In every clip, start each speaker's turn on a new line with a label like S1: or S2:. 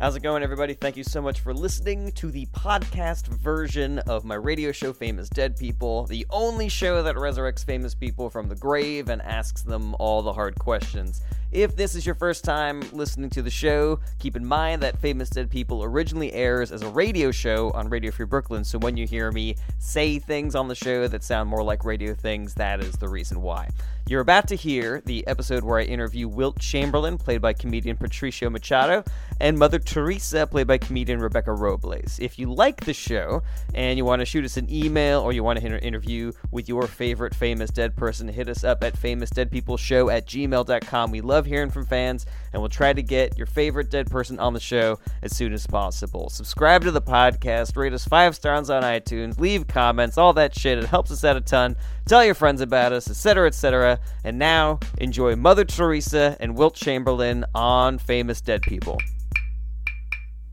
S1: How's it going, everybody? Thank you so much for listening to the podcast version of my radio show, Famous Dead People, the only show that resurrects famous people from the grave and asks them all the hard questions. If this is your first time listening to the show, keep in mind that Famous Dead People originally airs as a radio show on Radio Free Brooklyn, so when you hear me say things on the show that sound more like radio things, that is the reason why. You're about to hear the episode where I interview Wilt Chamberlain, played by comedian Patricio Machado, and Mother Teresa, played by comedian Rebecca Robles. If you like the show and you want to shoot us an email or you want to hear an interview with your favorite famous dead person, hit us up at famousdeadpeopleshow at gmail.com. We love hearing from fans and we'll try to get your favorite dead person on the show as soon as possible. Subscribe to the podcast, rate us five stars on iTunes, leave comments, all that shit. It helps us out a ton. Tell your friends about us, etc., etc. And now, enjoy Mother Teresa and Wilt Chamberlain on Famous Dead People.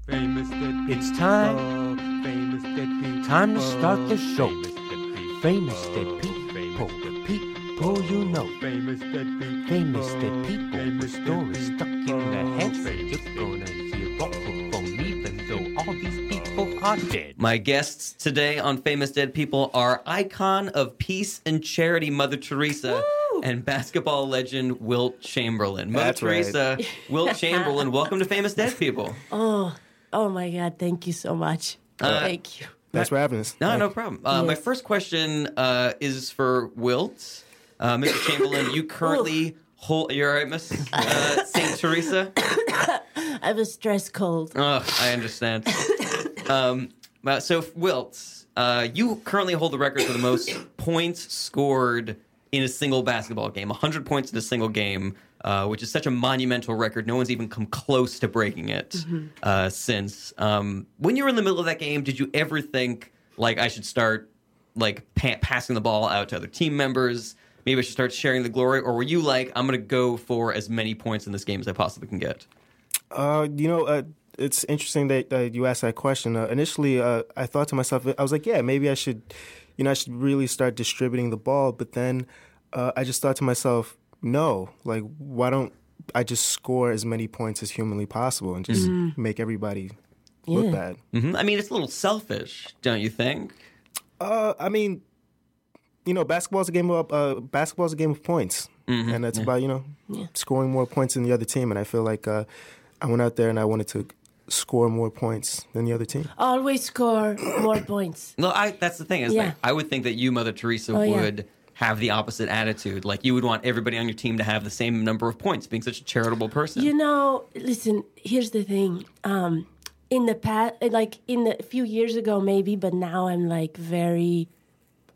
S2: Famous dead
S3: It's
S2: people.
S3: time.
S2: Famous dead people.
S3: Time to start the show.
S2: Famous dead people.
S3: Famous dead people, people you know.
S2: Famous dead people.
S3: Famous dead people, the
S2: Famous dead
S3: story stuck in the head.
S2: Famous
S3: You're
S2: dead
S3: gonna hear awful from even though all these people are dead.
S1: My guests today on Famous Dead People are icon of peace and charity Mother Teresa and basketball legend Wilt Chamberlain. Mother
S4: That's right.
S1: Teresa, Wilt Chamberlain, welcome to Famous Dead People.
S5: Oh, oh my God! Thank you so much.
S1: Uh,
S5: thank you.
S4: Thanks for having us.
S1: No,
S4: Thank-
S1: no problem. Uh, My
S5: Yes.
S1: first question uh, is for Wilt. Uh, Mr. Chamberlain, you currently hold. You're all right, Miss uh, St. Teresa?
S5: I have a stress cold.
S1: Ugh, I understand. um, uh, so, Wilt, uh, you currently hold the record for the most points scored in a single basketball game 100 points in a single game, uh, which is such a monumental record. No one's even come close to breaking it uh, since. Um, when you were in the middle of that game, did you ever think, like, I should start like pa- passing the ball out to other team members? Maybe I should start sharing the glory, or were you like, I'm going to go for as many points in this game as I possibly can get?
S4: Uh, you know, uh, it's interesting that uh, you asked that question. Uh, initially, uh, I thought to myself, I was like, yeah, maybe I should, you know, I should really start distributing the ball. But then uh, I just thought to myself, no, like, why don't I just score as many points as humanly possible and just make everybody look bad?
S1: Mhm. I mean, it's a little selfish, don't you think?
S4: Uh, I mean, you know, basketball's a game of uh, basketball's a game of points, and that's about you know scoring more points than the other team. And I feel like uh, I went out there and I wanted to score more points than the other team.
S5: Always score more points.
S1: No, I. That's the thing is,
S5: Yeah.
S1: like, I would think that you, Mother Teresa,
S5: Oh, yeah.
S1: would have the opposite attitude. Like, you would want everybody on your team to have the same number of points, being such a charitable person.
S5: You know, listen. Here's the thing. Um, in the past, like in the, a few years ago, maybe, but now I'm like very,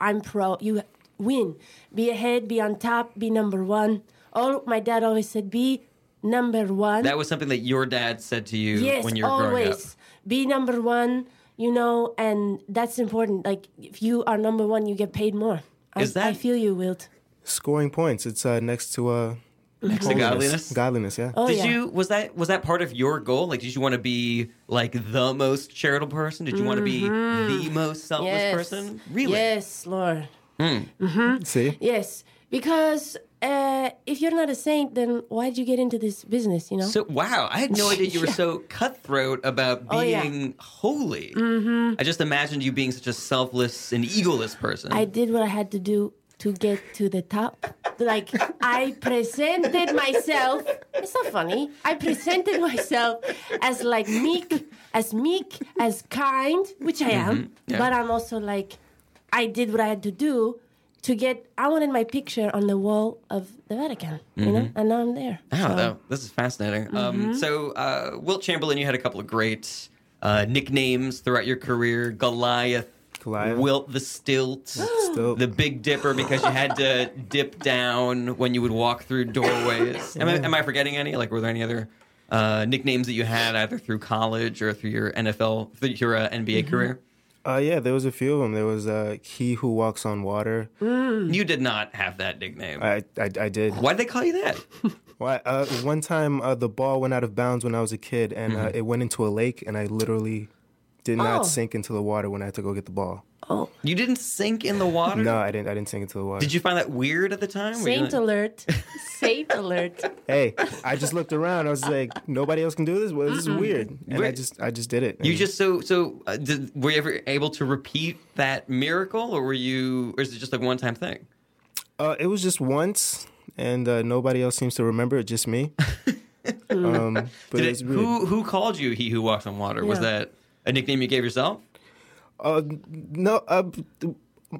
S5: I'm pro. You win. Be ahead. Be on top. Be number one. Oh, my dad always said, be number one.
S1: that was something that your dad said to you
S5: yes,
S1: when you were growing
S5: always
S1: up.
S5: be number one. You know, and that's important. Like if you are number one, you get paid more. I,
S1: Is that-
S5: I feel you, Wilt.
S4: Scoring points, it's uh, next to uh,
S1: Next to godliness.
S4: Godliness, yeah.
S5: Oh
S1: did
S5: yeah.
S1: you was that was that part of your goal? Like, did you want to be like the most charitable person? Did you want to be the most selfless person? Really?
S5: Mm-hmm. Yes, Lord.
S4: See,
S5: Yes, because uh, if you're not a saint, then why'd you get into this business? You know.
S1: So wow, I had no idea you were so cutthroat about
S5: Oh, yeah.
S1: being holy. Mm-hmm. I just imagined you being such a selfless and egoless person.
S5: I did what I had to do to get to the top. Like I presented myself. It's not funny. I presented myself as like meek, as meek, as kind, which I am. But I'm also like, I did what I had to do to get. I wanted my picture on the wall of the Vatican, you know, and now I'm there.
S1: Wow,
S5: So- Mm-hmm.
S1: though, this is fascinating. Um, so, uh, Wilt Chamberlain, you had a couple of great uh, nicknames throughout your career: Goliath,
S4: Goliath.
S1: Wilt the Stilt,
S4: Stilt.
S1: the Big Dipper, because you had to dip down when you would walk through doorways. am, I, am I forgetting any? Like, were there any other uh, nicknames that you had either through college or through your NFL, through your uh, NBA career?
S4: uh, yeah, there was a few of them. There was uh, he who walks on water.
S5: Mm.
S1: You did not have that nickname.
S4: Hmm. I, I, I did.
S1: Why did they call you that?
S4: Why? Uh, one time, uh, the ball went out of bounds when I was a kid,
S1: Mm-hmm.
S4: and uh, it went into a lake, and I literally did not
S5: Oh.
S4: sink into the water when I had to go get the ball.
S5: oh,
S1: You didn't sink in the water?
S4: No, I didn't. I didn't sink into the water.
S1: Did you find that weird at the time? Were you
S5: saint
S1: like-
S5: alert, saint alert.
S4: hey, I just looked around. I was like, nobody else can do this. Well, this is weird. And I
S1: Wait.
S4: just, I just did it.
S1: You
S4: And
S1: just so so uh, did, were you ever able to repeat that miracle, or were you, or is it just like one time thing?
S4: Uh, it was just once, and uh, nobody else seems to remember it. Just me. um, but
S1: Did
S4: it,
S1: it,
S4: was weird.
S1: who who called you? He who walks on water was
S5: Yeah.
S1: that a nickname you gave yourself?
S4: Uh, no, uh,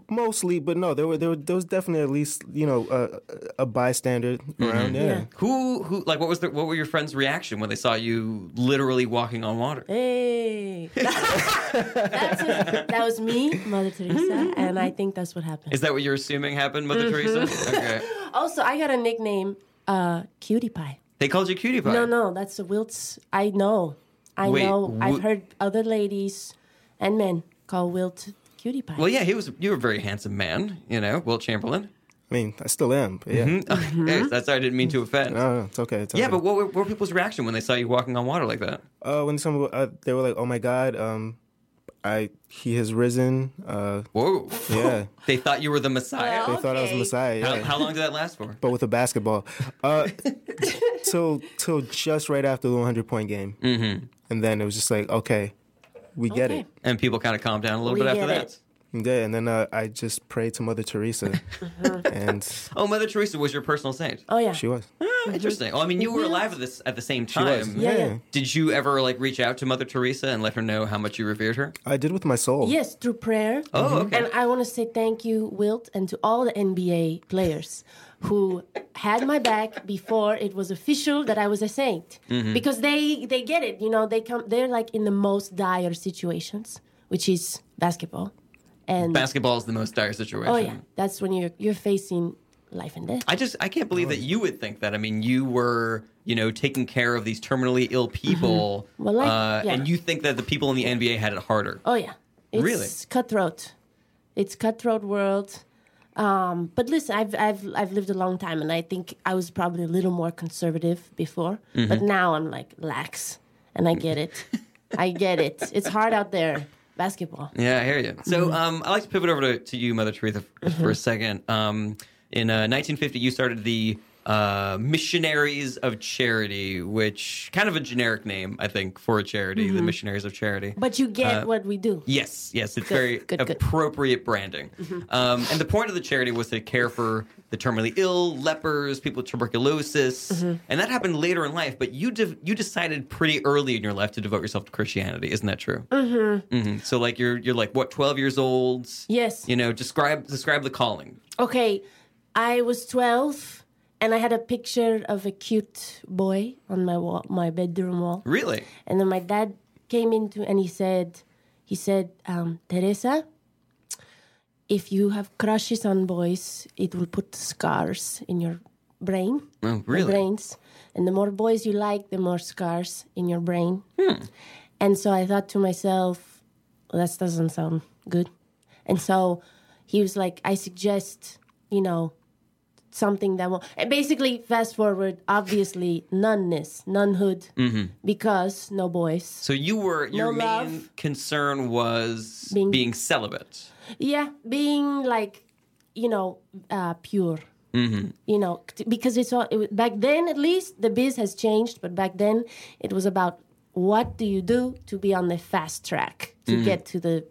S4: mostly, but no, there were there, were, there was definitely at least you know uh, a bystander
S1: Mm-hmm.
S4: around. Yeah.
S5: Yeah.
S1: Who who like what was the what were your friends' reaction when they saw you literally walking on water?
S5: Hey, that's it. that was me, Mother Teresa, and I think that's what happened.
S1: Is that what you're assuming happened, Mother
S5: Mm-hmm.
S1: Teresa? Okay.
S5: also, I got a nickname, uh, Cutie Pie.
S1: They called you cutie pie.
S5: No, no, that's the Wilts. I know, I
S1: Wait,
S5: know. I've
S1: wh-
S5: heard other ladies and men call Wilt Cutie Pie.
S1: Well, yeah, he was. You were a very handsome man, you know, Will Chamberlain.
S4: I mean, I still am. But yeah,
S5: Mm-hmm.
S1: Yes, that's I didn't mean to offend.
S4: no, no, it's okay. It's
S1: Mm-hmm. yeah,
S4: okay.
S1: but what were, what were people's reaction when they saw you walking on water like that?
S4: Uh, when some uh, they were like, "Oh my God, um, I he has risen." Uh,
S1: Whoa!
S4: yeah,
S1: They thought you were the Messiah.
S4: they thought I was
S5: Okay.
S4: Messiah.
S1: How,
S4: yeah.
S1: how long did that last for?
S4: but with a basketball. Uh, till till just right after the 100 point game, mm-hmm. and then it was just like, okay, we get
S5: Okay.
S4: it.
S1: And people kind of calmed down a little
S5: We
S1: bit after
S5: get
S1: that.
S5: it.
S4: And then, and then uh, I just prayed to Mother Teresa,
S5: Uh-huh.
S4: and
S1: Oh, Mother Teresa was your personal saint.
S5: Oh yeah.
S4: she was.
S1: Oh, interesting. Oh, I mean, you were alive at this at the same time.
S4: was.
S5: Yeah, yeah.
S1: Did you ever like reach out to Mother Teresa and let her know how much you revered her?
S4: I did with my soul.
S5: Yes, through prayer. Mm-hmm.
S1: Oh, okay.
S5: And I want to say thank you, Wilt, and to all the NBA players who had my back before it was official that I was a saint.
S1: Mm-hmm.
S5: Because they they get it, you know, they come they're like in the most dire situations, which is basketball. And
S1: Basketball is the most dire situation.
S5: oh yeah, that's when you're you're facing life and death.
S1: I just I can't believe that you would think that. I mean, you were you know taking care of these terminally ill people,
S5: Uh-huh. Well, like-
S1: uh,
S5: yeah.
S1: and you think that the people in the NBA had it harder.
S5: Oh yeah, it's
S1: Really?
S5: cutthroat. It's cutthroat world. Um, but listen, I've I've I've lived a long time, and I think I was probably a little more conservative before.
S1: Mm-hmm.
S5: But now I'm like lax, and I get it. I get it. It's hard out there. Basketball.
S1: Yeah, I hear you. So um, I'd like to pivot over to, to you, Mother Teresa, f- for a second. Um, in uh, 1950, you started the uh, Missionaries of Charity, which kind of a generic name, I think, for a charity, the Missionaries of Charity.
S5: But you
S1: Uh,
S5: get what we do.
S1: Yes, yes, it's very
S5: good, Mm-hmm. good.
S1: appropriate branding. Um, and the point of the charity was to care for the terminally ill, lepers, people with tuberculosis,
S5: Mm-hmm.
S1: and that happened later in life. But you de- you decided pretty early in your life to devote yourself to Christianity, isn't that true? Mm-hmm. So like you're you're like what twelve years old?
S5: Yes.
S1: You know, describe describe the calling.
S5: Okay, I was 12 and I had a picture of a cute boy on my wall, my bedroom wall.
S1: Really?
S5: And then my dad came into and he said, he said, um, Teresa, if you have crushes on boys, it will put scars in your brain,
S1: Oh,
S5: your
S1: really?
S5: brains, and the more boys you like, the more scars in your brain. And so I thought to myself, well, that doesn't sound good. And so he was like, I suggest, you know, something that will and basically fast forward obviously nunness nunhood because no boys
S1: So you were your main
S5: love.
S1: concern was
S5: Being-
S1: being celibate.
S5: yeah being like you know uh, pure
S1: Mm-hmm.
S5: you know t- because it's all it, wa- back then at least the biz has changed but back then it was about what do you do to be on the fast track to get to the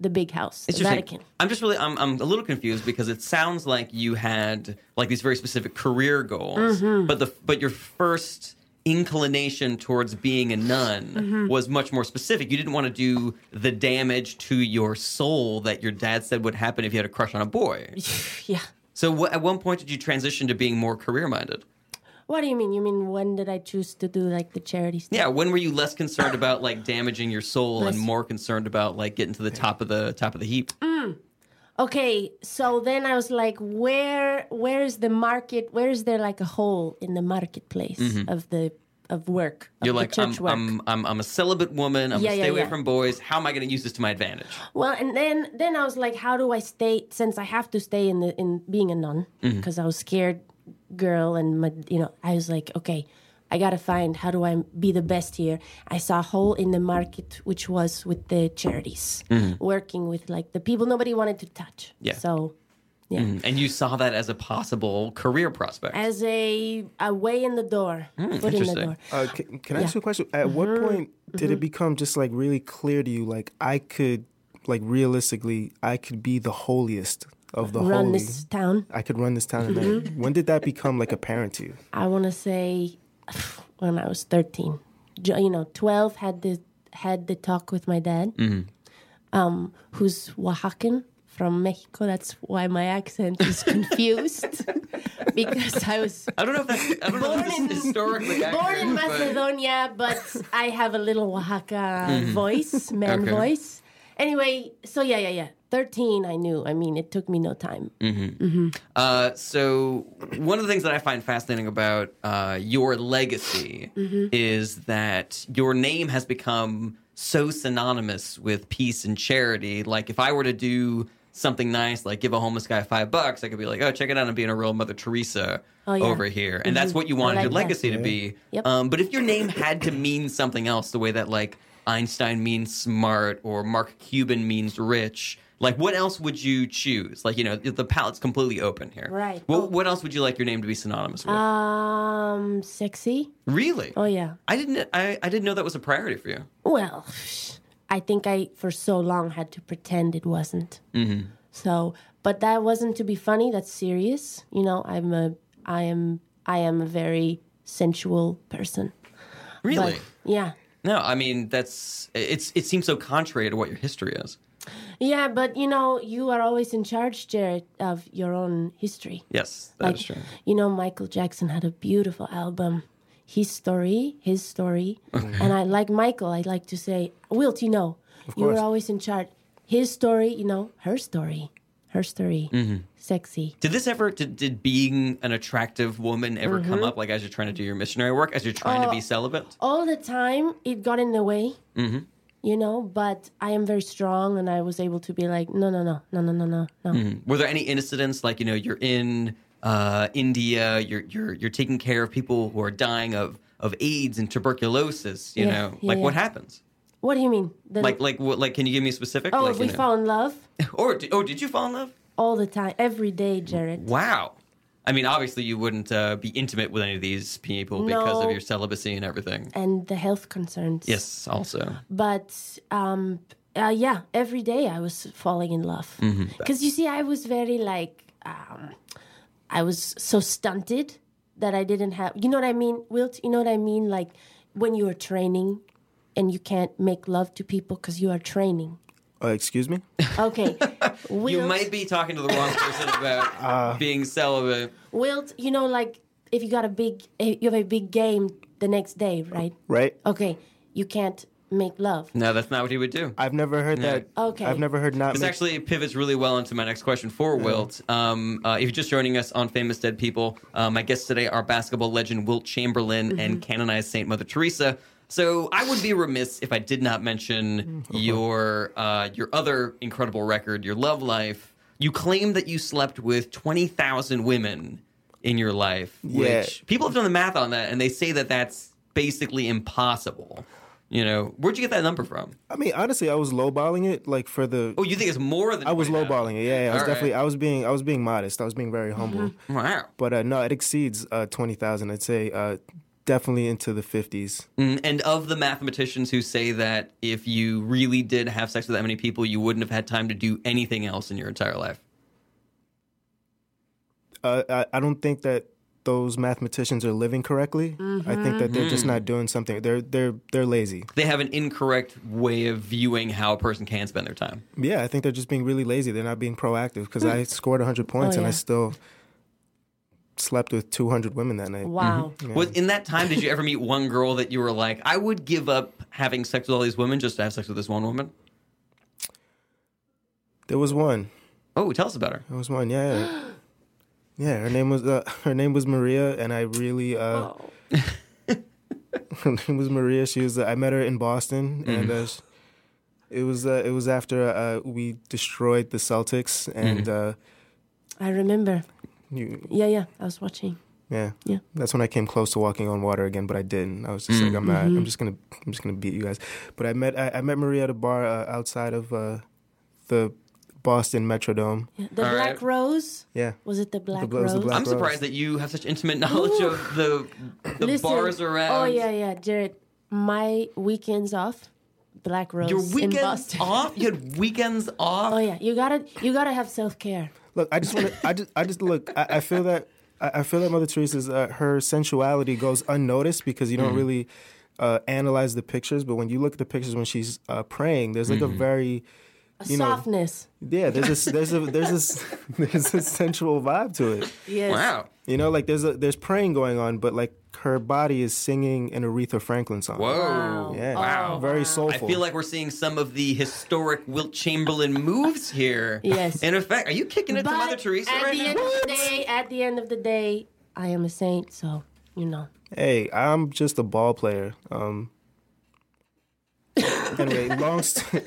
S5: the big house the
S1: Interesting.
S5: vatican
S1: I'm Mm-hmm. just really I'm, I'm a little confused because it sounds like you had like these very specific career goals,
S5: Mm-hmm.
S1: but the but your first inclination towards being a nun
S5: Mm-hmm.
S1: was much more specific. You didn't want to do the damage to your soul that your dad said would happen if you had a crush on a boy.
S5: yeah
S1: so wh- at one point did you transition to being more career minded?
S5: what do you mean you mean when did i choose to do like the charity stuff
S1: Yeah, when were you less concerned about like damaging your soul and
S5: Less-
S1: more concerned about like getting to the top of the top of the heap?
S5: okay so then i was like where where is the market where is there like a hole in the marketplace of the of work of
S1: Mm-hmm. You're
S5: the
S1: like,
S5: church
S1: I'm,
S5: work
S1: I'm, I'm, I'm a celibate woman. I'm
S5: Yeah,
S1: gonna
S5: yeah,
S1: stay away
S5: yeah.
S1: from boys. How am I gonna use this to my advantage?
S5: well and then then i was like how do i stay since i have to stay in
S1: Mm-hmm.
S5: the in being a nun because i was scared girl and my you know i was like okay I gotta find how do I be the best here. I saw a hole in the market, which was with the charities, working with like the people nobody wanted to touch.
S1: Mm-hmm. Yeah.
S5: So, yeah,
S1: Mm. And you saw that as a possible career prospect.
S5: as a a way in the door, foot in the
S1: Hmm, interesting.
S5: door.
S4: Uh, can, can I ask you a question? At what
S5: Uh-huh.
S4: point did
S5: Mm-hmm.
S4: it become just like really clear to you, like I could, like realistically, I could be the holiest of the
S5: Run
S4: holy?
S5: this town. Mm-hmm.
S4: I could run this town. And that. When did that become like apparent to you?
S5: I want to say when I was 13. Jo- You know, 12 had the had the talk with my dad, um, who's Oaxacan from Mexico. That's why my accent is confused because I was
S1: I don't know if that's, I don't know if
S5: Born
S1: this is historically
S5: born in
S1: accurate, but-
S5: Macedonia, but I have a little Oaxaca voice, man
S1: Okay.
S5: voice. Anyway, so yeah, yeah, yeah. 13, I knew. I mean, it took me no time.
S1: Uh, so one of the things that I find fascinating about uh, your legacy
S5: Mm-hmm.
S1: is that your name has become so synonymous with peace and charity. Like if I were to do something nice, like give a homeless guy five bucks, I could be like, "Oh, check it out! I'm being a real Mother Teresa
S5: Oh, yeah.
S1: over here," and that's what you wanted
S5: I
S1: your
S5: like that.
S1: legacy to be.
S5: Yep.
S1: Um, but if your name had to mean something else, the way that like Einstein means smart or Mark Cuban means rich, like what else would you choose? Like you know, the palette's completely open here.
S5: Right. Oh.
S1: What, what else would you like your name to be synonymous with?
S5: Um, sexy?
S1: really?
S5: Oh, yeah.
S1: I didn't. I, I didn't know that was a priority for you.
S5: Well, I think I for so long had to pretend it wasn't. Mm-hmm. So, but that wasn't to be funny. That's serious. You know, I'm a, I am, I am a very sensual person.
S1: Really?
S5: But, yeah,
S1: no. I mean, that's it's. It seems so contrary to what your history is.
S5: yeah. But you know, you are always in charge, Jared, of your own history.
S1: Yes, that is
S5: Like,
S1: true.
S5: You know, Michael Jackson had a beautiful album. His story, his story. And I like Michael, I like to say, Wilt, you know, you were
S4: course.
S5: always in charge. His story, you know, her story. Her story.
S1: Mm-hmm.
S5: Sexy.
S1: Did this ever did, did being an attractive woman ever come
S5: Mm-hmm.
S1: up like as you're trying to do your missionary work as you're trying
S5: Uh,
S1: to be celibate?
S5: All the time, it got in the way.
S1: Mm-hmm.
S5: You know, but I am very strong and I was able to be like, no, no, no, no, no, no, no, no.
S1: Hmm. Were there any incidents like you know you're in uh, India, you're you're you're taking care of people who are dying of of AIDS and tuberculosis? You
S5: Yeah,
S1: know,
S5: yeah,
S1: like what
S5: yeah.
S1: happens?
S5: What do you mean? The-
S1: Like like what, like can you give me a specific?
S5: oh,
S1: like,
S5: we
S1: you know-
S5: fall in love
S1: Or did, oh, did you fall in love?
S5: all the time, every day, Jared.
S1: Wow. I mean, obviously you wouldn't uh, be intimate with any of these people because of
S5: No.
S1: your celibacy and everything.
S5: And the health concerns.
S1: Yes, also.
S5: but um uh, yeah every day i was falling in love
S1: Mm-hmm.
S5: because you see i was very like um i was so stunted that i didn't have you know what i mean wilt you know what i mean like when you are training and you can't make love to people because you are training
S4: Uh, excuse me.
S5: okay wilt,
S1: You might be talking to the wrong person about being celibate.
S5: wilt you know like if you got a big if you have a big game the next day right
S4: Right?
S5: okay you can't make love
S1: No, that's not what he would do.
S4: I've never heard that.
S5: Okay.
S4: I've never heard not.
S1: This
S4: make-
S1: actually pivots really well into my next question for Wilt. Um, uh, if you're just joining us on Famous Dead People, uh, my guests today are basketball legend Wilt Chamberlain
S4: Mm-hmm.
S1: and canonized Saint Mother Teresa. So I would be remiss if I did not mention
S4: Mm-hmm.
S1: your uh, your other incredible record, your love life. You claim that you slept with twenty thousand women in your life,
S4: Yeah.
S1: which people have done the math on that, and they say that that's basically impossible. You know, where'd you get that number from?
S4: I mean, honestly, I was lowballing it, like for the.
S1: Oh, you think it's more than
S4: I was
S1: 20,000?
S4: lowballing it. Yeah, yeah I was
S1: All right.
S4: definitely. I was being. I was being modest. I was being very humble.
S5: Mm-hmm.
S1: Wow.
S4: But uh, no, it exceeds uh, twenty thousand. I'd say uh, definitely into the fifties.
S1: Mm, And of the mathematicians who say that if you really did have sex with that many people, you wouldn't have had time to do anything else in your entire life.
S4: Uh, I, I don't think that those mathematicians are living correctly. I think that they're
S1: Mm-hmm.
S4: just not doing something. They're they're they're lazy.
S1: They have an incorrect way of viewing how a person can spend their time.
S4: Yeah, I think they're just being really lazy. They're not being proactive because I scored hundred points and
S5: Hmm. Oh,
S4: I
S5: yeah.
S4: still slept with two hundred women that night.
S5: wow
S1: Was in that time did you ever meet one girl that you were like, I would give up having sex with all these women just to have sex with this one woman?
S4: There was one.
S1: Oh, tell us about her.
S4: There was one. Yeah. Yeah, her name was uh, her name was Maria, and I really uh,
S1: Mm-hmm.
S5: Oh.
S4: her name was Maria. She was uh, I met her in Boston, and uh, sh- it was uh, it was after uh, we destroyed the Celtics, and uh,
S5: i remember
S4: you
S5: yeah yeah i was watching
S4: Yeah.
S5: Yeah.
S4: That's when I came close to walking on water again, but I didn't. I was just like, I'm not. I'm just gonna. I'm just gonna beat you guys. But I met. I, I met Maria at a bar uh, outside of uh, the Boston Metrodome.
S5: Yeah. The
S1: All
S5: Black
S1: right.
S5: Rose.
S4: Yeah.
S5: Was it the Black
S4: bl- it was
S5: Rose?
S4: the Black-
S1: I'm surprised that you have such intimate knowledge of the the
S5: Listen,
S1: bars around.
S5: Oh yeah, yeah, Jared. My weekends off, Black Rose
S1: Your
S5: in
S1: weekends
S5: Boston.
S1: off? You had weekends off?
S5: Oh yeah, you gotta you gotta have self care.
S4: Look, I just want to. I just. I just look. I, I feel that. I, I feel that Mother Teresa's uh, her sensuality goes unnoticed because you don't
S1: Mm-hmm.
S4: really uh, analyze the pictures. But when you look at the pictures when she's uh, praying, there's like
S1: Mm-hmm.
S4: a very you know,
S5: Softness.
S4: yeah. There's this. There's a. There's this. There's a sensual vibe to it.
S5: Yes.
S1: Wow.
S4: You know, like there's a there's praying going on, but like her body is singing an Aretha Franklin song.
S1: Whoa.
S5: Wow.
S4: Yeah.
S1: Wow.
S4: Very
S1: I
S4: soulful.
S1: feel like we're seeing some of the historic Wilt Chamberlain moves here.
S5: Yes.
S1: In effect, are you kicking it to Mother Teresa
S5: at
S1: right
S5: the
S1: now?
S5: end of the day, at the end of the day, I am a saint. So you know.
S4: hey, I'm just a ball player. Um anyway, long st-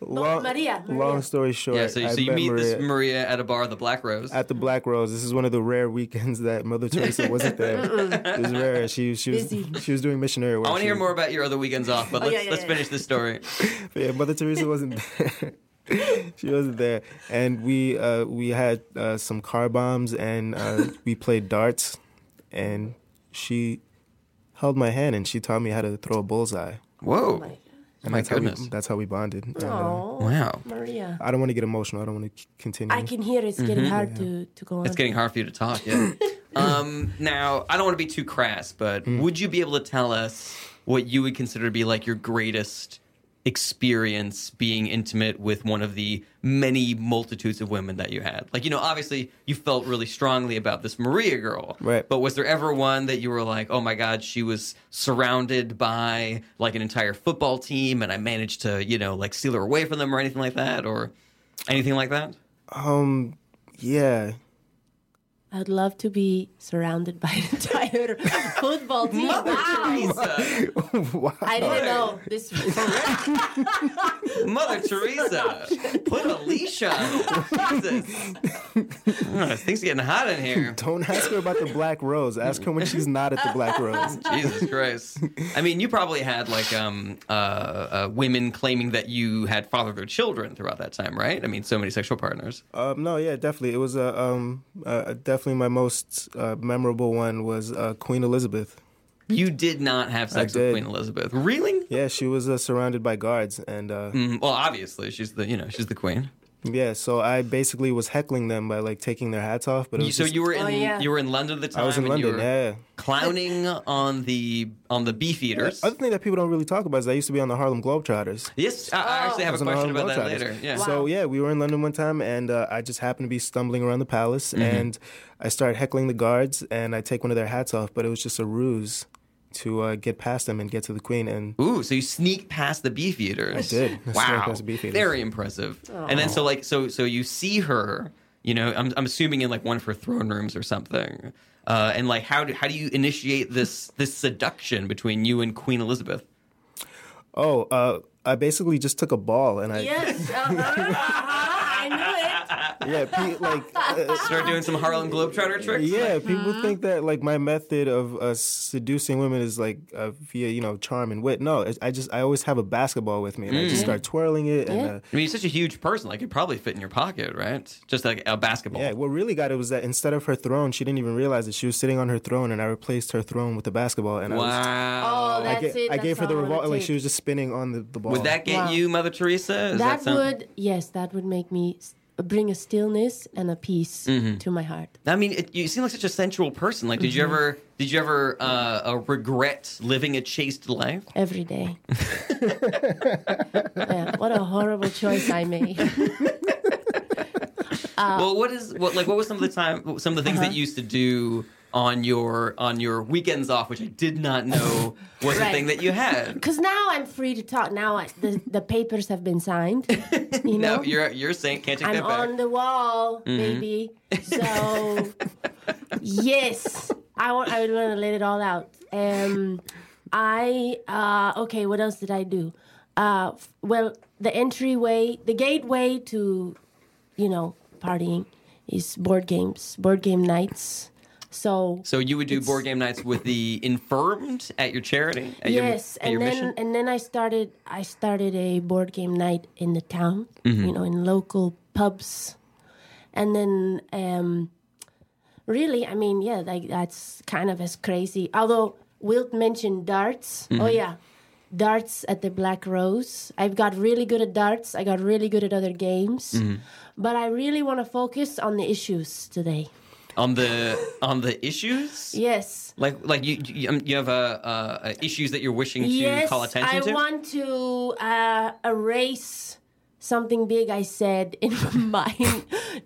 S4: long,
S5: Maria, Maria.
S4: long story short.
S1: Yeah, so,
S4: I
S1: so you
S4: met
S1: meet
S4: Maria
S1: this Maria at a bar, the Black Rose.
S4: at the Black Rose. This is one of the rare weekends that Mother Teresa wasn't there. it was rare. She she was
S5: Busy.
S4: she was doing missionary work.
S1: I want to hear
S4: She-
S1: more about your other weekends off, but
S5: Oh,
S1: let's,
S5: yeah, yeah,
S1: let's
S5: yeah.
S1: finish this story.
S4: yeah, Mother Teresa wasn't there. she wasn't there, and we uh, we had uh, some car bombs and uh, we played darts, and she held my hand and she taught me how to throw a bullseye.
S1: Whoa.
S5: Oh my-
S4: And
S1: My
S4: that's how
S1: goodness.
S4: we, that's how we bonded. And, uh,
S5: Oh
S1: wow.
S5: Maria.
S4: I don't want to get emotional. I don't want to c- continue.
S5: I can hear it's getting hard to, to go on.
S1: Mm-hmm. It's getting hard for you to talk, yeah. um, now, I don't want to be too crass, but would you be able to tell us what you would consider to be like your greatest experience being intimate with one of the many multitudes of women that you had? Like, you know, obviously you felt really strongly about this Maria girl.
S4: Right.
S1: But was there ever one that you were like, oh my God, she was surrounded by like an entire football team and I managed to, you know, like steal her away from them or anything like that or anything like that?
S4: Um, yeah.
S5: I'd love to be surrounded by an entire football team. Wow.
S4: wow.
S5: I didn't know this.
S1: Mother Teresa, put a leash on. Jesus. Oh, things getting hot in here.
S4: Don't ask her about the Black Rose. Ask her when she's not at the Black Rose.
S1: Jesus Christ. I mean, you probably had like um, uh, uh, women claiming that you had fathered their children throughout that time, right? I mean, so many sexual partners.
S4: Um, no, yeah, definitely. It was uh, um, uh, definitely my most uh, memorable one was uh, Queen Elizabeth.
S1: You did not have sex
S4: I
S1: with
S4: did.
S1: Queen Elizabeth, really?
S4: Yeah, she was uh, surrounded by guards, and uh,
S1: Mm, Well, obviously, she's the you know she's the queen.
S4: yeah, so I basically was heckling them by like taking their hats off. But it was
S1: So
S4: just-
S1: you were in
S5: Oh, yeah.
S1: you were in London at the time.
S4: I was in
S1: and you
S4: London.
S1: were
S4: Yeah.
S1: clowning on the on the beefeaters.
S4: Other thing that people don't really talk about is I used to be on the Harlem Globetrotters.
S1: Yes, I, I actually have a
S4: was on the
S1: question about that
S4: Harlem
S1: later.
S4: Globetrotters.
S1: Yeah.
S4: So yeah, we were in London one time, and uh, I just happened to be stumbling around the palace, and I start heckling the guards, and I take one of their hats off, but it was just a ruse to uh, get past them and get to the queen, and
S1: Ooh, so you sneak past the beef eaters.
S4: I did. I
S1: wow,
S4: snuck past the beef eaters.
S1: very impressive. And then so like so so you see her. You know, I'm I'm assuming in like one of her throne rooms or something. Uh, and like how do how do you initiate this this seduction between you and Queen Elizabeth?
S4: oh, uh, I basically just took a ball and I
S5: yes. Uh-huh, uh-huh, I knew it.
S4: yeah, pe- like uh,
S1: Start doing some Harlem Globetrotter tricks.
S4: yeah, people think that like my method of uh, seducing women is like uh, via you know charm and wit. No, it's, I just I always have a basketball with me and I just start twirling it and.
S5: Yeah.
S4: Uh,
S1: I mean, you're such a huge person; like, it probably fit in your pocket, right? Just like a basketball.
S4: yeah, what really got it was that instead of her throne, she didn't even realize that she was sitting on her throne, and I replaced her throne with the basketball. And I, was,
S1: Wow.
S5: Oh,
S4: I,
S5: that's
S4: ga-
S5: it.
S4: I
S5: that's
S4: gave her
S5: all
S4: the
S5: I
S4: revolver,
S5: wanna
S4: like
S5: take.
S4: she was just spinning on the, the ball.
S1: Would that get
S5: Wow.
S1: you, Mother Teresa? Is
S5: that
S1: sound-
S5: would yes, that would make me s- bring a stillness and a peace
S1: Mm-hmm.
S5: to my heart.
S1: I mean, it, you seem like such a sensual person. Like, did you ever did you ever uh, uh, regret living a chaste life?
S5: Every day. yeah, what a horrible choice I made. Uh,
S1: well, what is what like? What was some of the time some of the things
S5: Uh-huh.
S1: that you used to do on your on your weekends off, which I did not know was a
S5: Right.
S1: thing that you had.
S5: Because now I'm free to talk. Now I, the, the papers have been signed. You know,
S1: No, you're you're saying can't take
S5: I'm
S1: that back. Mm-hmm.
S5: on the wall, baby. So, yes, I want. I want to let it all out. Um, I uh, okay. What else did I do? Uh, f- well, the entryway, the gateway to, you know, partying is board games, board game nights. So
S1: So you would do board game nights with the infirmed at your charity, at your,
S5: yes,
S1: at your
S5: and then
S1: mission.
S5: and then I started I started a board game night in the town,
S1: Mm-hmm.
S5: you know, in local pubs, and then um, really, I mean, yeah, like that's kind of as crazy. Although Wilt mentioned darts, oh
S1: Mm-hmm.
S5: yeah, darts at the Black Rose. I've got really good at darts. I got really good at other games,
S1: Mm-hmm.
S5: but I really want to focus on the issues today.
S1: on the on the issues.
S5: Yes.
S1: Like like you you, um, you have uh, uh, issues that you're wishing to
S5: yes,
S1: call attention
S5: I
S1: to.
S5: want to uh, erase something big I said in my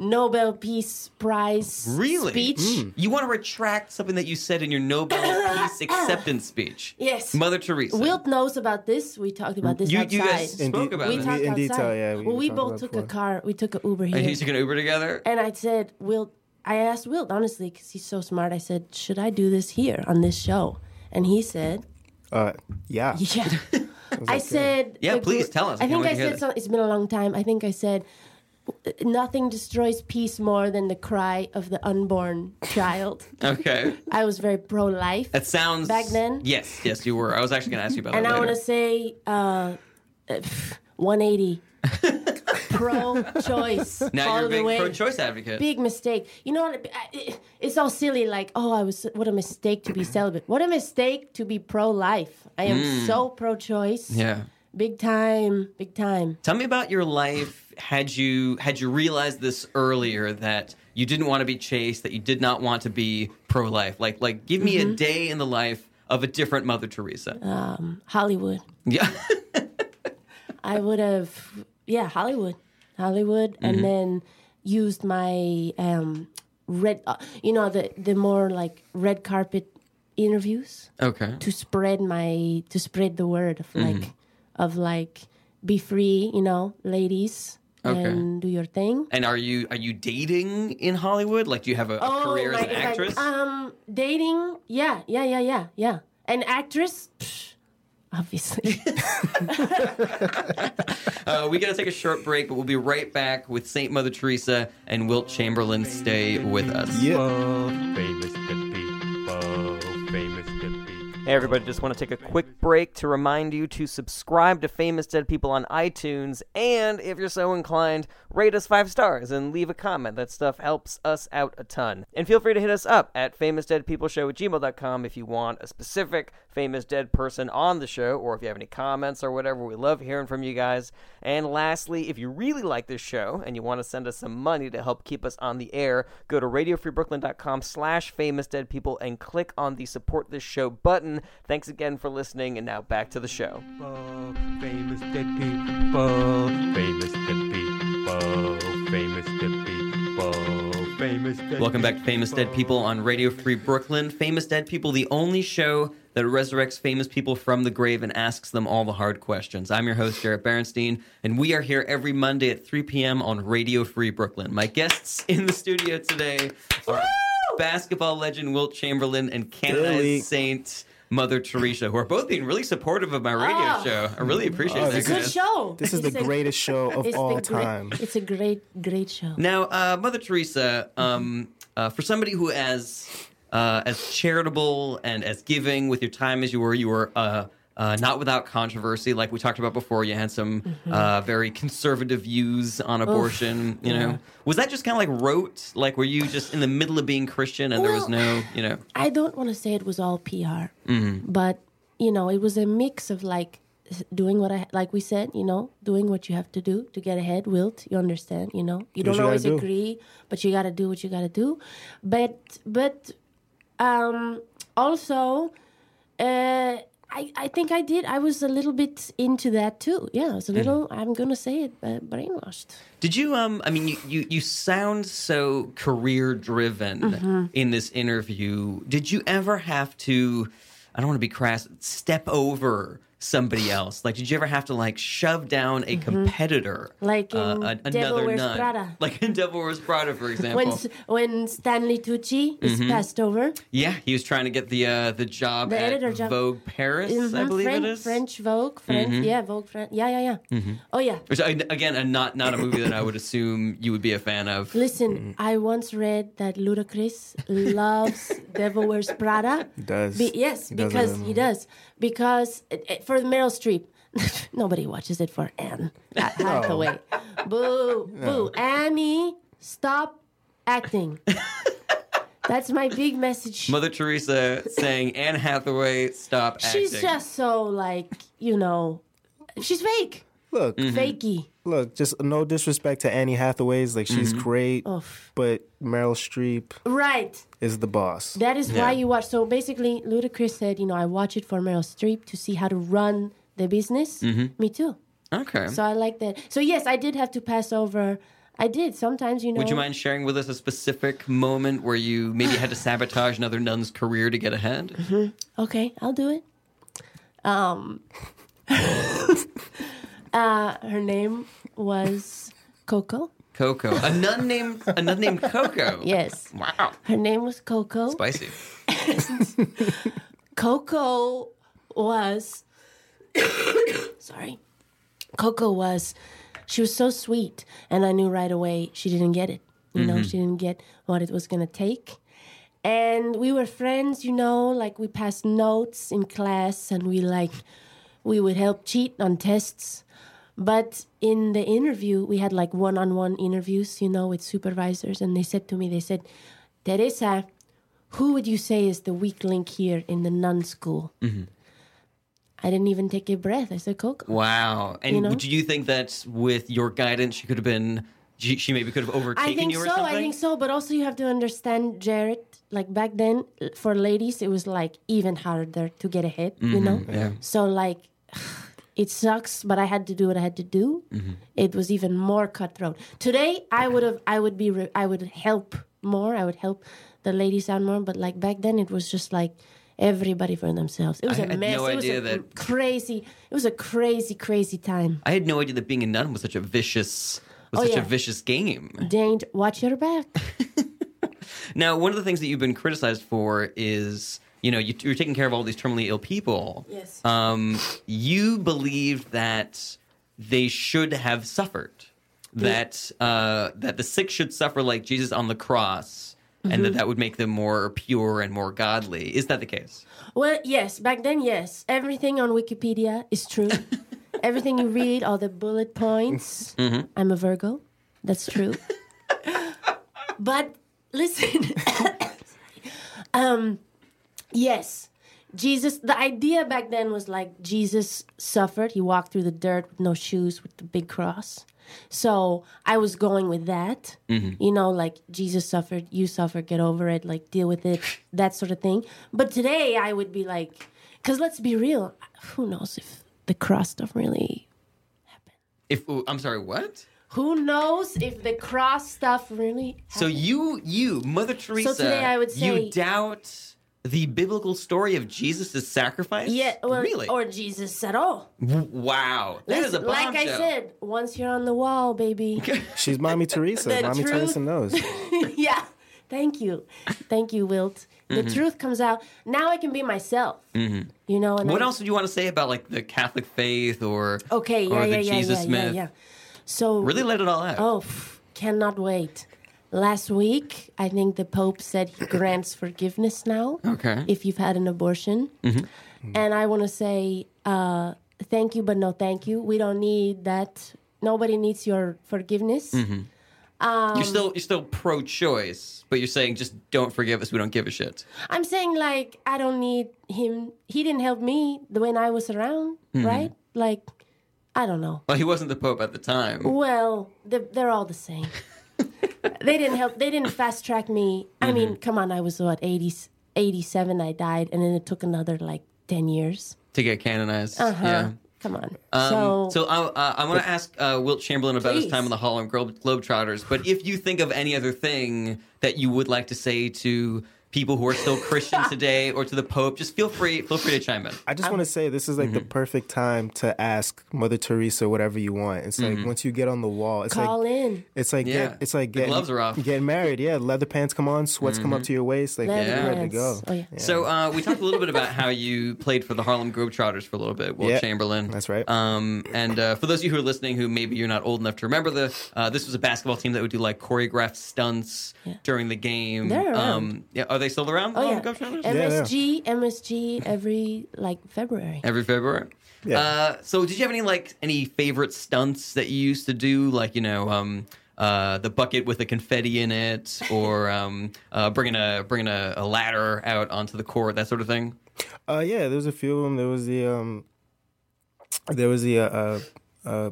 S5: Nobel Peace Prize
S1: really? Hmm.
S5: speech.
S1: You want to retract something that you said in your Nobel Peace acceptance speech?
S5: Yes.
S1: Mother Teresa.
S5: Wilt knows about this. We talked about this
S1: You-
S5: outside.
S1: you guys spoke
S4: Indeed.
S1: about
S5: we
S1: this.
S5: talked
S4: In
S5: outside.
S4: detail, yeah, we
S5: well, we
S4: talked
S5: both
S4: about
S5: took a
S4: before.
S5: car. We took an Uber here.
S1: And you can Uber together.
S5: And I said, Wilt, I asked Wilt, honestly, because he's so smart. I said, should I do this here on this show? And he said,
S4: Uh, yeah.
S5: yeah. I said,
S1: Yeah,
S5: the
S1: please
S5: gr-
S1: tell us. I
S5: I
S1: can't
S5: think
S1: wait to
S5: I
S1: hear
S5: said
S1: this.
S5: something. It's been a long time. I think I said, nothing destroys peace more than the cry of the unborn child.
S1: okay.
S5: I was very pro life.
S1: That sounds
S5: Back then?
S1: Yes, yes, you were. I was actually going to ask you about
S5: And
S1: that.
S5: I want
S1: later.
S5: to say, uh, uh, pff, 180. pro choice.
S1: now
S5: all
S1: you're a
S5: the
S1: big
S5: way.
S1: pro-choice advocate.
S5: Big mistake. You know, what? I- I- it's all silly. Like, oh, I was what a mistake to be celibate. What a mistake to be pro-life. I am so pro-choice.
S1: Mm. yeah.
S5: Big time. Big time.
S1: Tell me about your life. Had you had you realized this earlier that you didn't want to be chased, that you did not want to be pro-life? Like like give me
S5: Mm-hmm.
S1: a day in the life of a different Mother Teresa.
S5: Uh. Hollywood.
S1: yeah.
S5: I would have, yeah, Hollywood, Hollywood,
S1: Mm-hmm.
S5: and then used my um, red, uh, you know, the the more like red carpet interviews
S1: okay.
S5: to spread my to spread the word of
S1: Mm-hmm.
S5: like of like be free, you know, ladies,
S1: Okay.
S5: and do your thing.
S1: And are you are you dating in Hollywood? Like do you have a, a
S4: Oh
S1: career as
S5: Oh my
S1: an
S5: God.
S1: actress?
S5: um, dating, yeah, yeah, yeah, yeah, yeah. An actress, psh, obviously.
S1: Uh, we got to take a short break, but we'll be right back with Saint Mother Teresa and Wilt Chamberlain. Stay with us.
S4: Yeah.
S2: famous the people, famous the people.
S1: Hey, everybody, just want to take a quick break to remind you to subscribe to Famous Dead People on iTunes. And if you're so inclined, rate us five stars and leave a comment. That stuff helps us out a ton. And feel free to hit us up at famousdeadpeopleshow at gmail.com if you want a specific famous dead person on the show or if you have any comments or whatever. We love hearing from you guys. And lastly, if you really like this show and you want to send us some money to help keep us on the air, go to radiofreebrooklyn.com slash famous dead people and click on the support this show button. Thanks again for listening, and now back to the show.
S2: Famous the people, famous the people, famous the people, famous the
S1: Welcome back to Famous Dead People on Radio Free Brooklyn. Famous Dead People, the only show that resurrects famous people from the grave and asks them all the hard questions. I'm your host, Jarrett Berenstein, and we are here every Monday at 3 p.m. on Radio Free Brooklyn. My guests in the studio today are basketball legend Wilt Chamberlain and canonized
S4: Billy.
S1: saint Mother Teresa, who are both being really supportive of my radio
S5: Ah.
S1: show. I really appreciate that.
S5: It's a good
S1: guys.
S5: show.
S4: This is the
S5: It's a-
S4: greatest show of
S5: it's the
S4: all
S5: great-
S4: time.
S5: It's a great, great show.
S1: Now, uh, Mother Teresa, um, uh, for somebody who as uh, as charitable and as giving with your time as you were, you were uh, uh, not without controversy. Like we talked about before, you had some uh, very conservative views on abortion. you know, was that just kind of like rote? Like, were you just in the middle of being Christian and there was no,
S5: Well-
S1: you know?
S5: I don't want to say it was all PR, but you know, it was a mix of like s- doing what I like we said, you know, doing what you have to do to get ahead. Wilt, you understand, you know, you don't
S4: you gotta
S5: always
S4: do.
S5: agree, but you got to do what you got to do. But but um, also, uh, I I think I did. I was a little bit into that too. Yeah, I was a little. I'm gonna say it, uh, brainwashed.
S1: Did you? Um, I mean, you you, you sound so career driven
S5: Mm-hmm.
S1: in this interview. Did you ever have to? I don't want to be crass. Step over
S6: somebody else? Like, did you ever have to like shove down a competitor,
S5: Mm-hmm.
S6: uh,
S5: Like in
S6: a-
S5: Devil Wears Prada.
S6: like in Devil Wears Prada, for example?
S5: When, S- when Stanley Tucci is passed over,
S6: yeah, he was trying to get the uh, the job
S5: The
S6: at
S5: editor job.
S6: Vogue Paris, I
S5: Mhm,
S6: believe
S5: French,
S6: it is. Mm-hmm.
S5: French Vogue, French, yeah, Vogue, French, yeah, yeah, yeah. Oh yeah.
S6: Which I- again, a not not a movie that I would assume you would be a fan of.
S5: Listen, I once read that Ludacris loves Devil Wears Prada.
S4: does.
S5: Be- yes,
S4: He does
S5: because
S4: love
S5: he does. Because it, it- for Meryl Streep, nobody watches it for Anne Ha- Hathaway. Boo, boo, Annie, stop acting. That's my big message.
S6: Mother Teresa saying Anne Hathaway, stop
S5: she's
S6: acting.
S5: just so like you know, she's fake,
S4: Look,
S6: Mm-hmm.
S1: Mm-hmm.
S5: fakey.
S4: look, just no disrespect to Annie Hathaway's, like she's
S1: Mm-hmm.
S4: great,
S5: Oof.
S4: but Meryl Streep
S5: Right.
S4: is the boss.
S5: That is
S6: Yeah.
S5: why you watch. So basically, Ludacris said, you know, I watch it for Meryl Streep to see how to run the business.
S6: Mm-hmm.
S5: Me too.
S6: okay.
S5: So I like that. So yes, I did have to pass over. I did sometimes, you know.
S6: Would you mind sharing with us a specific moment where you maybe had to sabotage another nun's career to get ahead?
S5: Mm-hmm. Okay, I'll do it. Um, uh, her name was Coco.
S6: Coco, a nun named a nun named Coco.
S5: Yes,
S6: Wow.
S5: her name was Coco.
S6: Spicy.
S5: Coco was sorry. Coco was she was so sweet and I knew right away she didn't get it. You know, she didn't get what it was going to take. And we were friends, you know, like we passed notes in class and we like we would help cheat on tests. But in the interview, we had like one-on-one interviews, you know, with supervisors and they said to me they said, "Teresa, who would you say is the weak link here in the nun school? I didn't even take a breath. I said, Coco.
S6: Wow. And
S5: You know?
S6: do you think that with your guidance, she could have been, she, she maybe could have overtaken
S5: I think
S6: you
S5: so.
S6: or something?
S5: I think so. But also, you have to understand, Jared. Like back then, l- for ladies, it was like even harder to get ahead. You know.
S6: Mm-hmm, yeah.
S5: So like, it sucks, but I had to do what I had to do.
S6: Mm-hmm.
S5: It was even more cutthroat. Today, I would have, I would be, re- I would help more. I would help the ladies out more. But like back then, it was just like everybody for themselves. It was
S6: I
S5: a
S6: had
S5: mess.
S6: no
S5: it was
S6: idea
S5: a
S6: that-
S5: crazy. It was a crazy, crazy time.
S6: I had no idea that being a nun was such a vicious, was
S5: Oh,
S6: such a
S5: yeah.
S6: vicious game.
S5: Dane, watch your back.
S6: Now, one of the things that you've been criticized for is, you know, you, you're taking care of all these terminally ill people.
S5: Yes.
S6: Um, you believed that they should have suffered, that uh, that the sick should suffer like Jesus on the cross, and
S5: Mm-hmm.
S6: that that would make them more pure and more godly. Is that the case?
S5: Well, yes, back then, yes. Everything on Wikipedia is true. Everything you read, all the bullet points. I'm a Virgo. That's true. but listen, um, yes, Jesus, the idea back then was like Jesus suffered. He walked through the dirt with no shoes, with the big cross. So I was going with that,
S6: Mm-hmm.
S5: you know, like Jesus suffered, you suffer, get over it, like deal with it, that sort of thing. But today I would be like, because let's be real, who knows if the cross stuff really,
S6: If oh, I'm sorry, what?
S5: who knows if the cross stuff really.
S6: So you, you, Mother Teresa,
S5: today I would
S6: you
S5: say-
S6: doubt the biblical story of Jesus' sacrifice.
S5: Yeah, well,
S6: really?
S5: or Jesus at all.
S6: wow, that is a
S5: Listen, like I
S6: bombshell.
S5: said, once you're on the wall, baby.
S4: She's Mommy Teresa.
S5: The
S4: Mommy
S5: truth-
S4: Teresa knows.
S5: yeah. Thank you. Thank you, Wilt. The
S6: Mm-hmm.
S5: truth comes out. Now I can be myself. You know, and
S6: What
S5: I-
S6: else do you want to say about like the Catholic faith or
S5: Okay, yeah,
S6: or
S5: yeah,
S6: the
S5: yeah,
S6: Jesus
S5: yeah,
S6: myth?
S5: yeah, yeah. So
S6: Really let it all out.
S5: Oh, pff, cannot wait. Last week, I think the Pope said he grants forgiveness now.
S6: Okay. Mm-hmm.
S5: If you've had an abortion. And I want to say uh, thank you, but no thank you. We don't need that. Nobody needs your forgiveness.
S6: Mm-hmm.
S5: um,
S6: you're still you're still pro-choice, but you're saying just don't forgive us. We don't give a shit.
S5: I'm saying like I don't need him. He didn't help me the when I was around, right? Like I don't know.
S6: Well, he wasn't the pope at the time.
S5: Well, they're, they're all the same. they didn't help. They didn't fast track me. I mean, come on. I was what 80, 87 I died, and then it took another like ten years.
S6: to get canonized.
S5: Uh huh.
S6: Yeah.
S5: Come on.
S6: Um, so,
S5: so,
S6: I, uh, I want to ask uh, Wilt Chamberlain about his
S5: Please.
S6: time on the Harlem Glo- Globetrotters. But if you think of any other thing that you would like to say to people who are still Christian today or to the Pope, just feel free feel free to chime in.
S4: I just want to say this is like
S6: Mm-hmm.
S4: the perfect time to ask Mother Teresa whatever you want. It's like once you get on the wall, it's
S5: Call
S4: like
S5: in.
S4: it's like
S6: Mm-hmm. Yeah.
S4: get, it's like
S6: The
S4: getting,
S6: gloves are off. Mm-hmm.
S4: getting married. Yeah, leather pants come on, sweats come up to your waist. Like
S5: Leather
S4: you're ready to
S5: pants.
S4: go.
S5: Oh, yeah.
S6: So uh, we talked a little bit about how you played for the Harlem Globetrotters for a little bit, Will
S4: Yeah,
S6: Chamberlain.
S4: that's right.
S6: Um, and uh, for those of you who are listening, who maybe you're not old enough to remember the, uh, this was a basketball team that would do like choreographed stunts during the game.
S5: They're around.
S6: Um, yeah, are they still around? the
S5: Oh
S6: Harlem
S5: yeah,
S6: Globetrotters?
S5: MSG, MSG every like February.
S6: Every February.
S4: Yeah.
S6: Uh, so did you have any like any favorite stunts that you used to do? Like you know. Um, uh, the bucket with the confetti in it, or um, uh, bringing a bringing a, a ladder out onto the court, that sort of thing.
S4: Uh, yeah, there was a few of them. There was the um, there was the uh, uh, uh,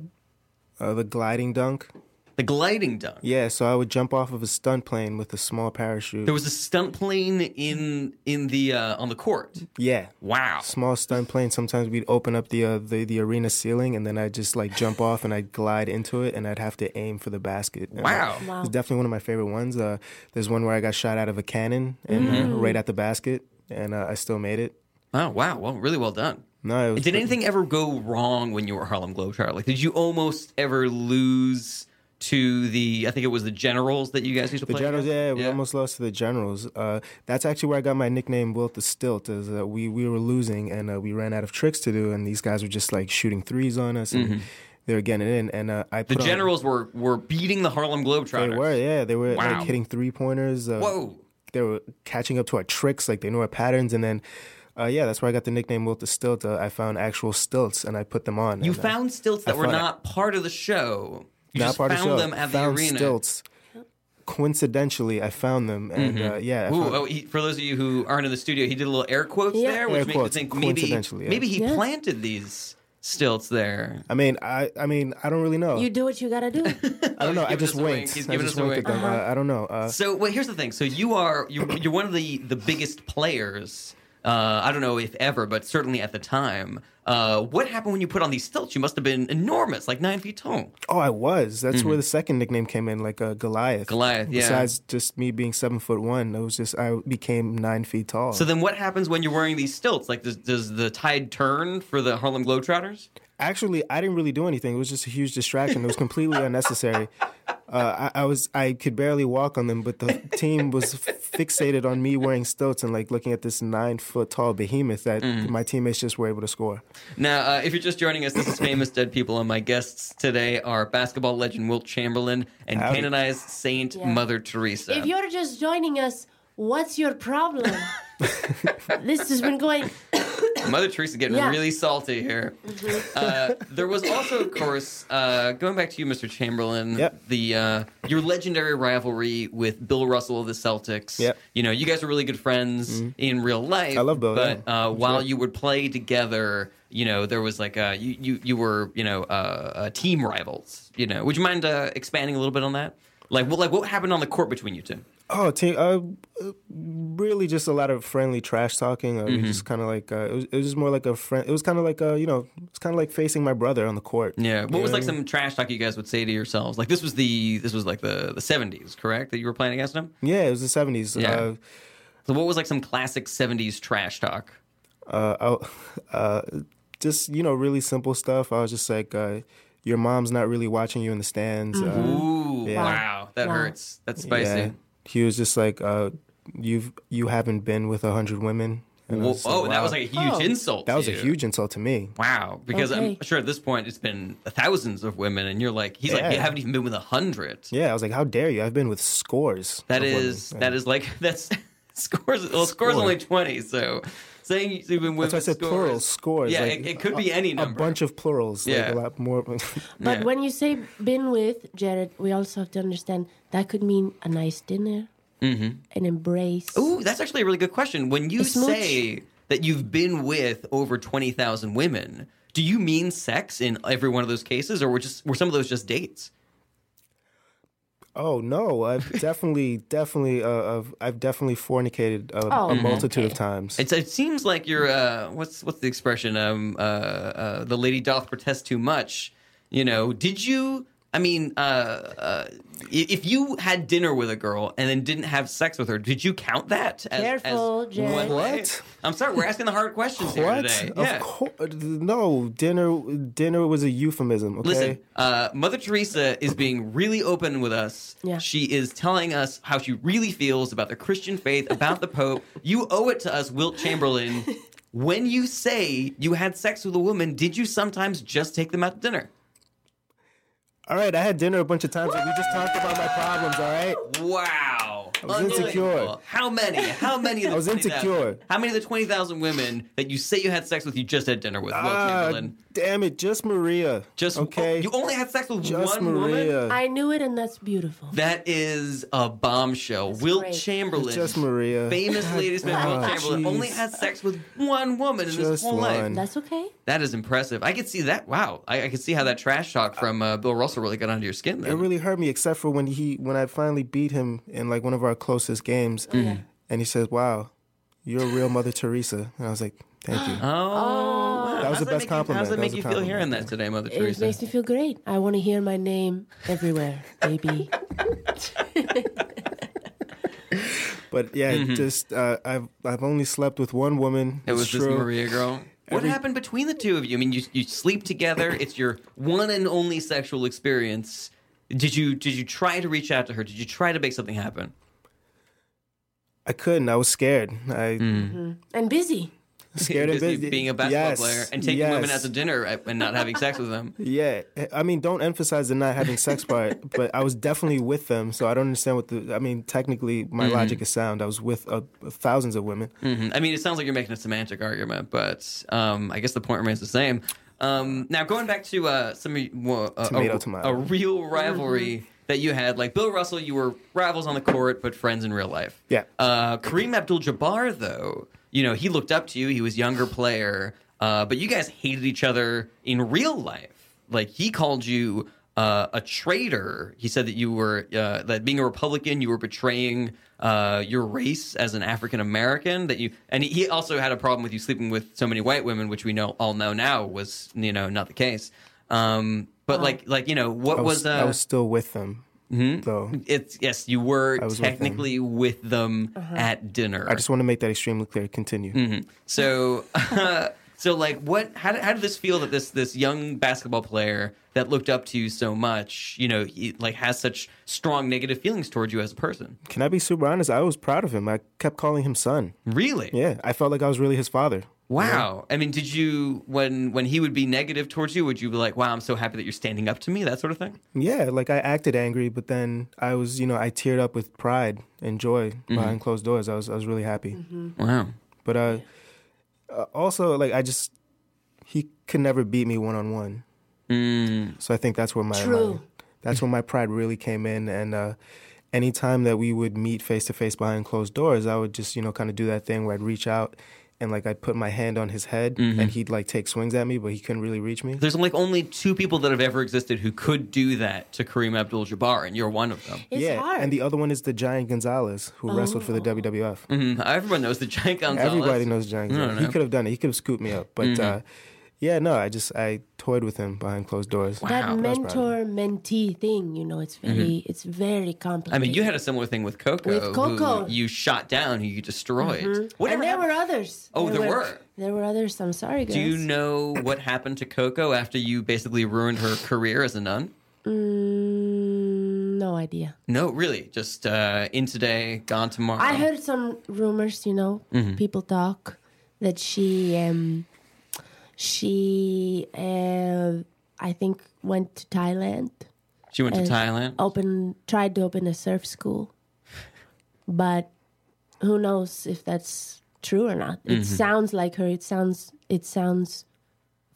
S4: uh, the gliding dunk.
S6: The gliding dunk.
S4: Yeah, so I would jump off of a stunt plane with a small parachute.
S6: There was a stunt plane in in the uh, on the court.
S4: yeah,
S6: Wow.
S4: small stunt plane. Sometimes we'd open up the uh, the the arena ceiling, and then I'd just like jump off and I'd glide into it, and I'd have to aim for the basket. And, uh,
S6: Wow.
S5: Wow.
S4: It's definitely one of my favorite ones. Uh, there's one where I got shot out of a cannon and
S6: Mm.
S4: uh, right at the basket, and uh, I still made it.
S6: Wow. Oh, Wow. Well, really well done.
S4: No, it was
S6: Did anything ever go wrong when you were Harlem Globetrotter? Like, did you almost ever lose to the? I think it was the Generals that you guys used to
S4: The
S6: play.
S4: generals,
S6: against?
S4: yeah, we almost lost to the generals. Uh, that's actually where I got my nickname, Wilt the Stilt. Is uh, we we were losing and uh, we ran out of tricks to do, and these guys were just like shooting threes on us, and they were getting it in. And uh, I
S6: Mm-hmm. The
S4: put on-
S6: Generals were were beating the Harlem Globetrotters.
S4: they were, yeah, they were
S6: Wow.
S4: like hitting three pointers. Uh,
S6: Whoa.
S4: they were catching up to our tricks, like they knew our patterns, and then. Uh, yeah, that's where I got the nickname Wilt the Stilt. Uh, I found actual stilts and I put them on.
S6: You
S4: and, uh,
S6: found stilts that were
S4: found-
S6: not part of the show. You
S4: not
S6: just
S4: part of the
S6: found
S4: show,
S6: them at
S4: found
S6: the arena.
S4: Stilts. Coincidentally, I found them, and uh, yeah, I
S6: Ooh,
S4: found-
S6: oh, he, for those of you who aren't in the studio, he did a little air quotes
S5: Yeah.
S6: there,
S4: Air
S6: which makes me
S4: quotes,
S6: think maybe
S4: coincidentally, yeah.
S6: maybe he
S5: Yeah.
S6: planted these stilts there.
S4: I mean, I, I mean, I don't really know.
S5: You do what you gotta do.
S4: I don't know. I
S6: giving
S4: just
S6: us a wink.
S4: winked.
S6: He's
S4: I
S6: giving
S4: just
S6: us a
S4: winked at
S6: wink. Uh-huh.
S4: them. I, I don't know. Uh,
S6: So, well, here's the thing. So you are you, you're one of the the biggest players. Uh, I don't know if ever, but certainly at the time. Uh, what happened when you put on these stilts? You must have been enormous, like nine feet tall.
S4: oh, I was. That's where the second nickname came in, like uh, Goliath.
S6: Mm-hmm. Goliath, yeah.
S4: Besides just me being seven foot one, it was just I became nine feet tall.
S6: So then, what happens when you're wearing these stilts? Like, does, does the tide turn for the Harlem Globetrotters?
S4: Actually, I didn't really do anything. It was just a huge distraction. It was completely unnecessary. Uh, I, I was I could barely walk on them, but the team was fixated on me wearing stilts and like looking at this nine foot tall behemoth that
S6: Mm-hmm.
S4: my teammates just were able to score.
S6: Now, uh, if you're just joining us, this is Famous Dead People, and my guests today are basketball legend Wilt Chamberlain and
S4: Howdy.
S6: canonized Saint
S5: Yeah.
S6: Mother Teresa.
S5: if you're just joining us, what's your problem? this has been going.
S6: Mother Teresa getting
S5: Yeah.
S6: really salty here. Uh, there was also, of course, uh, going back to you, Mr. Chamberlain.
S4: Yep.
S6: The uh, your legendary rivalry with Bill Russell of the Celtics.
S4: Yep. Mm-hmm.
S6: You know, you guys were really good friends in real life.
S4: I love Bill,
S6: But
S4: yeah.
S6: uh, while you would play together, you know, there was like uh, you, you you were you know uh, uh, team rivals. You know, would you mind uh, expanding a little bit on that? Like, what like what happened on the court between you two?
S4: Oh, team, uh, uh, really just a lot of friendly trash talking. Uh, We
S6: Mm-hmm.
S4: just kind of like, uh, it, was, it was just more like a friend. It was kind of like, uh, you know, it's kind of like facing my brother on the court.
S6: Yeah. What
S4: You
S6: was
S4: know
S6: like
S4: I mean?
S6: some trash talk you guys would say to yourselves? Like this was the this was like the the seventies, correct? That you were playing against him.
S4: Yeah, it was the 70s.
S6: Yeah.
S4: Uh,
S6: So what was like some classic seventies trash talk?
S4: uh, I, uh, just you know, really simple stuff. I was just like, uh, your mom's not really watching you in the stands. Uh,
S6: Ooh,
S4: Yeah.
S6: wow, that
S5: Wow.
S6: hurts. That's spicy.
S4: yeah. He was just like, uh, you've you haven't been with a hundred women. And I
S6: Whoa,
S4: was just
S6: oh, that was
S4: wow.
S6: like a huge
S5: Oh.
S6: insult.
S4: that
S6: to
S4: was a
S6: you.
S4: huge insult to me.
S6: Wow, because I'm
S5: Okay.
S6: sure at this point it's been thousands of women, and you're like, he's like,
S4: Yeah.
S6: you haven't even been with a hundred.
S4: Yeah, I was like, how dare you? I've been with scores.
S6: That
S4: of women.
S6: is that is like that's scores. Well,
S4: Score.
S6: scores only twenty, so saying you've been with
S4: That's why I said
S6: scores,
S4: plural scores.
S6: Yeah,
S4: like,
S6: it, it could be any
S4: a
S6: number.
S4: bunch of plurals.
S6: Yeah.
S4: Like a lot more.
S5: But
S6: Yeah.
S5: when you say been with Jared, we also have to understand that could mean a nice dinner,
S6: Mm-hmm.
S5: an embrace.
S6: Ooh, that's actually a really good question. When you
S5: A smooch.
S6: say that you've been with over 20,000 women, do you mean sex in every one of those cases or were just were some of those just dates?
S4: oh no, I've definitely, definitely, uh, I've, I've definitely fornicated a,
S5: Oh,
S4: a multitude of
S5: okay.
S4: times.
S6: Mm-hmm. It's, it seems like you're uh, what's what's the expression um uh, uh the lady doth protest too much, you know. Did you I mean, uh, uh, i- if you had dinner with a girl and then didn't have sex with her, did you count that? As,
S5: Careful, Jay.
S6: one-
S4: What?
S6: I'm sorry, we're asking the hard questions here today.
S4: Of
S6: Yeah.
S4: course, no. Dinner, dinner was a euphemism. Okay.
S6: Listen, uh, Mother Teresa is being really open with us.
S5: Yeah.
S6: She is telling us how she really feels about the Christian faith, about the Pope. You owe it to us, Wilt Chamberlain. When you say you had sex with a woman, did you sometimes just take them out to dinner?
S4: All right, I had dinner a bunch of times, and we just talked about my problems. All right.
S6: Wow. I
S4: was insecure.
S6: How many? How many of the
S4: I was
S6: 20,000
S4: insecure.
S6: How many of the 20,000 women that you say you had sex with you just had dinner with, Wilt
S4: Ah,
S6: Chamberlain?
S4: damn it! Just Maria.
S6: Just oh,
S4: okay.
S6: You only had sex with
S4: just
S6: one woman?
S4: Maria.
S5: I knew it, and that's beautiful.
S6: That is a bombshell. Wilt
S5: great.
S6: Chamberlain,
S4: Just Maria.
S6: famous ladies man Wilt
S4: Ah,
S6: Chamberlain,
S4: jeez.
S6: only had sex with one woman in his
S4: Just
S6: whole
S4: one.
S6: life.
S5: That's okay.
S6: That is impressive. I could see that. Wow, I, I could see how that trash talk from uh, Bill Russell really got under your skin. There.
S4: it really hurt me, except for when he when I finally beat him in like one of our closest games, and he says, "Wow, you're a real Mother Teresa," and I was like, "Thank you."
S6: oh, wow.
S4: That was the
S6: How's
S4: best
S6: make you- How
S4: compliment.
S6: does that
S4: That
S6: make
S4: was
S6: you
S4: a
S6: feel hearing
S4: compliment.
S6: that today, Mother
S5: Oh. It
S6: Teresa?
S5: makes me feel great. I want to hear my name everywhere, baby.
S4: But yeah, just uh, I've I've only slept with one woman.
S6: Mm-hmm. It
S4: It's
S6: was this
S4: true.
S6: Maria girl. What happened between the two of you? I mean, you you sleep together. It's your one and only sexual experience. Did you did you try to reach out to her? Did you try to make something happen?
S4: I couldn't. I was scared. I
S5: And busy.
S4: scared and
S6: Busy
S4: busy.
S6: Mm. being a basketball
S4: Yes,
S6: player and taking
S4: yes.
S6: women out to dinner and not having sex with them.
S4: Yeah, I mean, don't emphasize the not having sex part, but I was definitely with them, so I don't understand what the. I mean, technically, my
S6: Mm-hmm.
S4: logic is sound. I was with uh, thousands of women.
S6: Mhm. I mean, it sounds like you're making a semantic argument, but um, I guess the point remains the same. Um, now, going back to uh, some of you- well, a-
S4: Tomato,
S6: a,
S4: tomato.
S6: a real rivalry that you had, like Bill Russell, you were rivals on the court but friends in real life.
S4: Yeah.
S6: Uh, Kareem Abdul-Jabbar, though, you know, he looked up to you. He was younger player, uh, but you guys hated each other in real life. Like he called you uh, a traitor. He said that you were uh, that being a Republican, you were betraying uh, your race as an African American. That you and he- he also had a problem with you sleeping with so many white women, which we know all know now was you know not the case. Um, but like like you know what
S4: I
S6: was,
S4: Uh-huh. was,
S6: uh, Mm-hmm.
S4: I was still with them, though.
S6: it's yes, you were
S4: was with them.
S6: technically with them, at dinner.
S4: I just want to make that extremely clear. Continue.
S6: Mm-hmm. So, so like, what? How did, how did this feel that this this young basketball player that looked up to you so much, you know, he, like has such strong negative feelings towards you as a person?
S4: Can I be super honest? I was proud of him. I kept calling him son.
S6: Really?
S4: Yeah, I felt like I was really his father.
S6: Wow. I mean, did you when when he would be negative towards you, would you be like, "Wow, I'm so happy that you're standing up to me," that sort of thing?
S4: Yeah, like I acted angry, but then I was, you know, I teared up with pride and joy
S6: Mm-hmm.
S4: behind closed doors. I was, I was really happy.
S6: Wow.
S4: But uh, uh, also, like I just, he could never beat me one on one. So I think that's where my,
S5: Mm. True.
S4: my- that's where my pride really came in. And uh, anytime that we would meet face to face behind closed doors, I would just you know kind of do that thing where I'd reach out and like I'd put my hand on his head
S5: Mm-hmm.
S4: and he'd like take swings at me, but he couldn't really reach me.
S6: There's like only two people that have ever existed who could do that to Kareem Abdul-Jabbar, and you're one of them.
S5: It's
S4: yeah,
S5: hard. Oh.
S4: and the other one is the Giant Gonzalez who wrestled for the WWF.
S6: Mhm. Everyone knows the giant Gonzalez.
S4: Mm-hmm. Everybody knows Giant
S6: No,
S4: Gonzalez.
S6: no. Mm-hmm.
S4: He could have done it. He could have scooped me up, but. uh yeah, no, I just I toyed with him behind closed doors.
S5: that
S6: Wow. Mm-hmm.
S4: That's
S5: mentor mentee thing, you know, it's very it's very
S6: I
S5: complicated.
S6: mean, you had a similar thing with Coco.
S5: With Coco. Mm-hmm.
S6: Who you shot down, who you destroyed.
S5: and
S6: Whatever
S5: there
S6: happened-
S5: were others.
S6: Oh, there were.
S5: There were others. I'm sorry, guys.
S6: Do you know what happened to Coco after you basically ruined her career as a nun?
S5: Mm, no idea.
S6: No, really. Just uh, in today, gone tomorrow.
S5: I heard some rumors, you know, people talk that she um she uh, I think went to Thailand,
S6: she went to Thailand.
S5: open tried to open a surf school. But who knows if that's true or not. It sounds like her, it sounds it sounds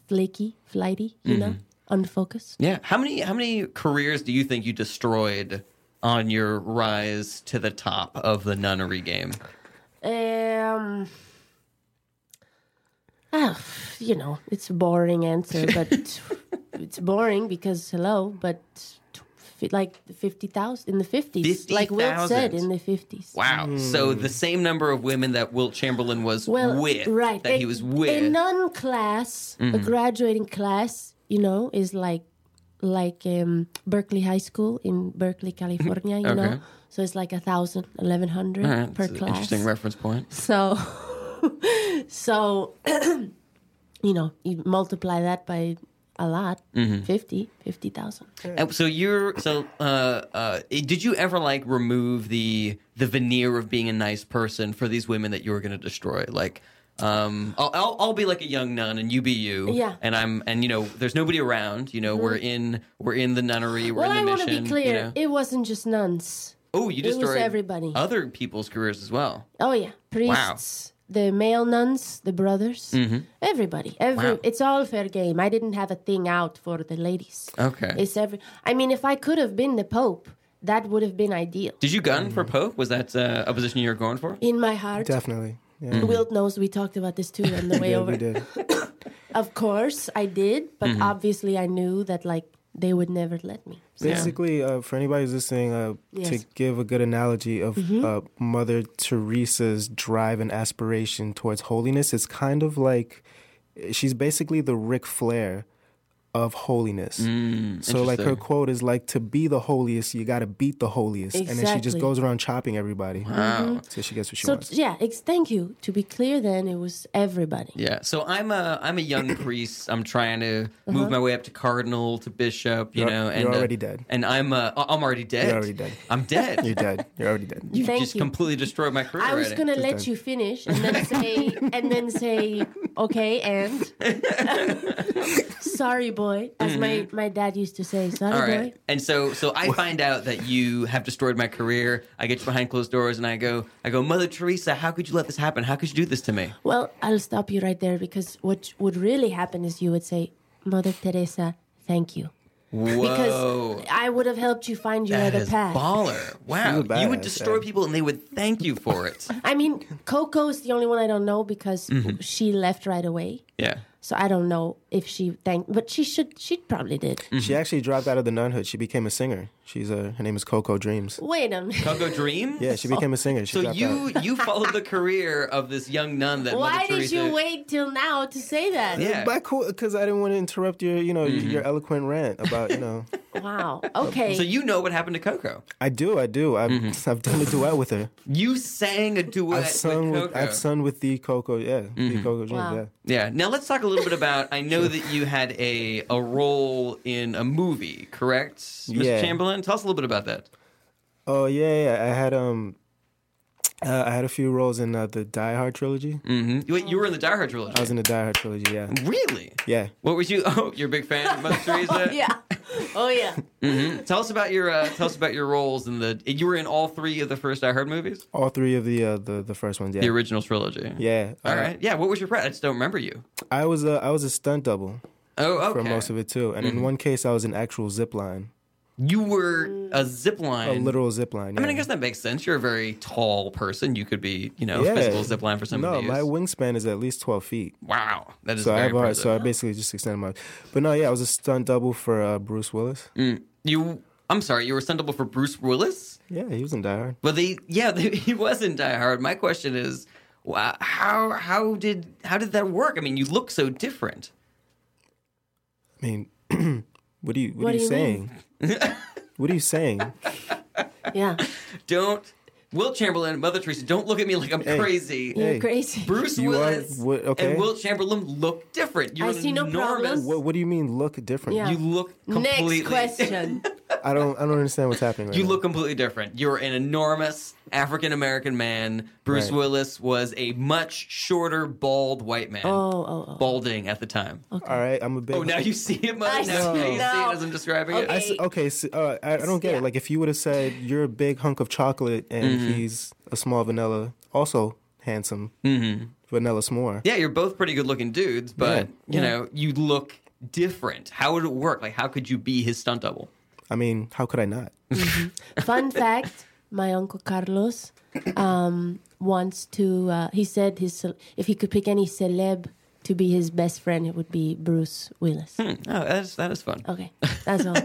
S5: flaky, flighty, you know, unfocused.
S6: Yeah. How many how many careers do you think you destroyed on your rise to the top of the nunnery game?
S5: Um, ah, you know, it's a boring answer, but it's boring because hello, but t- fi- like fifty thousand in the fifties, like Will said
S6: 50,000.
S5: in the fifties.
S6: Wow. So the same number of women that Wilt Chamberlain was
S5: Hmm. Well,
S6: with.
S5: right,
S6: That
S5: a-
S6: he was with. Mm-hmm.
S5: a non class, a graduating class, you know, is like like um, Berkeley High School in Berkeley, California. You
S6: Okay.
S5: know, so it's like a thousand, eleven hundred
S6: All right,
S5: per
S6: that's an
S5: class.
S6: interesting reference point.
S5: So, so, you know, you multiply that by a lot,
S6: Mm-hmm.
S5: fifty, fifty thousand. 50, 50,000.
S6: And so you're so uh, uh, did you ever like remove the the veneer of being a nice person for these women that you were going to destroy? Like, um, I'll, I'll I'll be like a young nun and you be you.
S5: Yeah. Mm-hmm.
S6: And I'm and you know there's nobody around. You know we're in we're in the nunnery. We're
S5: Well, I
S6: in the
S5: want to
S6: mission.
S5: be
S6: You
S5: clear.
S6: know?
S5: It wasn't just nuns.
S6: oh, you
S5: it was
S6: destroyed
S5: everybody.
S6: Other people's careers as well.
S5: Oh yeah, priests, the male nuns, the brothers, everybody. Every
S6: Mm-hmm. Wow.
S5: it's all fair game. I didn't have a thing out for the ladies.
S6: Okay.
S5: It's every. I mean, if I could have been the pope, that would have been ideal.
S6: Did you gun
S5: Mm.
S6: for Pope? Was that uh, a position you were going for?
S5: In my heart,
S4: Definitely. Yeah.
S5: Wilt knows we talked about this too on the Mm-hmm. way
S4: Yeah,
S5: over.
S4: we did.
S5: Of course, I did, but
S6: Mm-hmm.
S5: obviously, I knew that like they would never let me.
S4: Basically, uh, for anybody who's listening, uh, to
S5: Yes. Mm-hmm.
S4: give a good analogy of uh, Mother Teresa's drive and aspiration towards holiness, it's kind of like eh, she's basically the Ric Flair of holiness. so, like, her
S6: Mm, interesting.
S4: quote is like, "To be the holiest, you got to beat the holiest," and then she just
S5: Exactly. Mm-hmm.
S4: goes around chopping everybody.
S6: Wow.
S4: So she gets what she
S5: So
S4: wants.
S5: yeah, ex- thank you. To be clear, then it was everybody.
S6: Yeah. So I'm a I'm a young priest. I'm trying to move my way up to cardinal to bishop. You
S4: Uh-huh. You're-
S6: know, and
S4: you're
S6: uh,
S4: already dead.
S6: And I'm uh, I- I'm already dead.
S4: You're already dead.
S6: I'm dead.
S4: You're dead. You're already dead.
S6: You
S5: Thank
S6: just
S5: you.
S6: completely destroyed my career.
S5: I was
S6: already.
S5: gonna let
S4: done.
S5: you finish and then say and then say okay and sorry boy as my my dad used to say sorry
S6: Mm-hmm. All
S5: boy
S6: right. And so so I find out that you have destroyed my career. I get you behind closed doors and I go I go Mother Teresa, how could you let this happen? How could you do this to me?
S5: well I'll stop you right there because what would really happen is you would say Mother Teresa thank you because
S6: Whoa.
S5: I would have helped you find your
S6: that
S5: other
S6: is
S5: path
S6: baller. Wow.
S4: She's a
S6: You would
S4: badass,
S6: destroy
S4: yeah.
S6: people and they would thank you for it.
S5: I mean Coco is the only one I don't know because
S6: Mm-hmm.
S5: she left right away
S6: yeah.
S5: so I don't know if she thanked but she should she probably did
S4: She actually dropped out of the nunhood. She became a singer. She's uh, her name is Coco Dreams.
S5: wait a minute
S6: Coco Dream?
S4: Yeah,
S5: Oh.
S4: she became a singer. She
S6: So
S4: dropped out.
S6: you you followed the career of this young nun that
S5: why
S6: Mother
S5: did
S6: Teresa.
S5: you wait till now to say that
S6: Yeah. Mm-hmm.
S4: But cool, because I didn't want to interrupt your, you know, your eloquent rant about, you know.
S5: Wow. Okay.
S6: So you know what happened to Coco.
S4: I do, I do. I've, I've done a duet with her.
S6: You sang a duet
S4: I've sung
S6: Mm-hmm. with
S4: with,
S6: Coco. Mm-hmm.
S4: I've sung with the Coco, yeah, the Coco Dreams,
S5: Wow.
S4: yeah.
S6: Yeah. Now let's talk a little bit about. I know that you had a a role in a movie, correct, Mr.
S4: Yeah.
S6: Chamberlain? Tell us a little bit about that.
S4: Oh yeah, yeah. I had um, uh, I had a few roles in uh, the Die Hard trilogy.
S6: hmm You, wait, you were in the Die Hard trilogy.
S4: I was in the Die Hard trilogy, yeah,
S6: really?
S4: yeah.
S6: What was you? Oh, you're a big fan of Mother Teresa.
S5: yeah. Oh yeah.
S6: Mhm. Tell us about your uh, tell us about your roles in the. You were in all three of the first Die Hard movies,
S4: All three of the uh, the the first ones, yeah,
S6: the original trilogy.
S4: yeah.
S6: All
S4: uh,
S6: right. Yeah. What was your? pre- I just don't remember you.
S4: I was a I was a stunt double
S6: Oh, okay. Mm-hmm.
S4: for most of it too, and in one case I was an actual zip line,
S6: You were a zip line.
S4: a literal zip line.
S6: I mean, I
S4: yeah.
S6: guess that makes sense. You're a very tall person. You could be, you know,
S4: Yeah.
S6: physical zip line for somebody.
S4: No,
S6: to
S4: my
S6: use.
S4: wingspan is at least twelve feet.
S6: wow, that is
S4: So I
S6: very
S4: have a heart,
S6: impressive.
S4: so I basically just extended my. But no, yeah, I was a stunt double for uh, Bruce Willis.
S6: Mm. you, I'm sorry, you were sendable for Bruce Willis,
S4: Yeah, he was in Die Hard.
S6: but they, yeah, they, he was in Die Hard. My question is, wha- how how did how did that work? I mean, you look so different.
S4: I mean, what are you what,
S5: What
S4: are
S5: do
S4: you
S5: you
S4: saying? what are you saying?
S5: Yeah.
S6: Don't Will Chamberlain, Mother Teresa, don't look at me like I'm crazy.
S5: You're
S4: Hey.
S5: crazy.
S6: Bruce
S4: You are-
S6: Willis
S4: what- okay.
S6: and Will Chamberlain look different. You're
S5: I see no
S6: enormous.
S5: problem.
S4: What what do you mean look different?
S5: Yeah.
S6: You look completely
S5: Next question.
S4: I don't I don't understand what's happening right
S6: You
S4: now.
S6: look completely different. You're an enormous African American man. Bruce
S4: Right.
S6: Willis was a much shorter, bald white man.
S5: Oh, oh, oh.
S6: Balding at the time.
S4: All right, I'm a big
S6: Oh, now you see it. Mother.
S5: I
S6: Now
S5: see.
S6: you see
S5: No.
S6: it as I'm describing
S4: I
S6: it.
S4: s- okay, so, uh, I, I don't get
S5: Yeah.
S4: it. Like if you would have said you're a big hunk of chocolate and
S6: Mm-hmm.
S4: he's a small vanilla, also handsome vanilla s'more.
S6: Mm-hmm. Yeah, you're both pretty good looking dudes, but you know, you look different. How would it work? Like, how could you be his stunt double?
S4: I mean, how could I not?
S5: Fun fact: My uncle Carlos um, wants to. Uh, he said his ce- if he could pick any celeb to be his best friend, it would be Bruce Willis.
S6: Hmm. Oh, that is that is fun.
S5: Okay, that's all.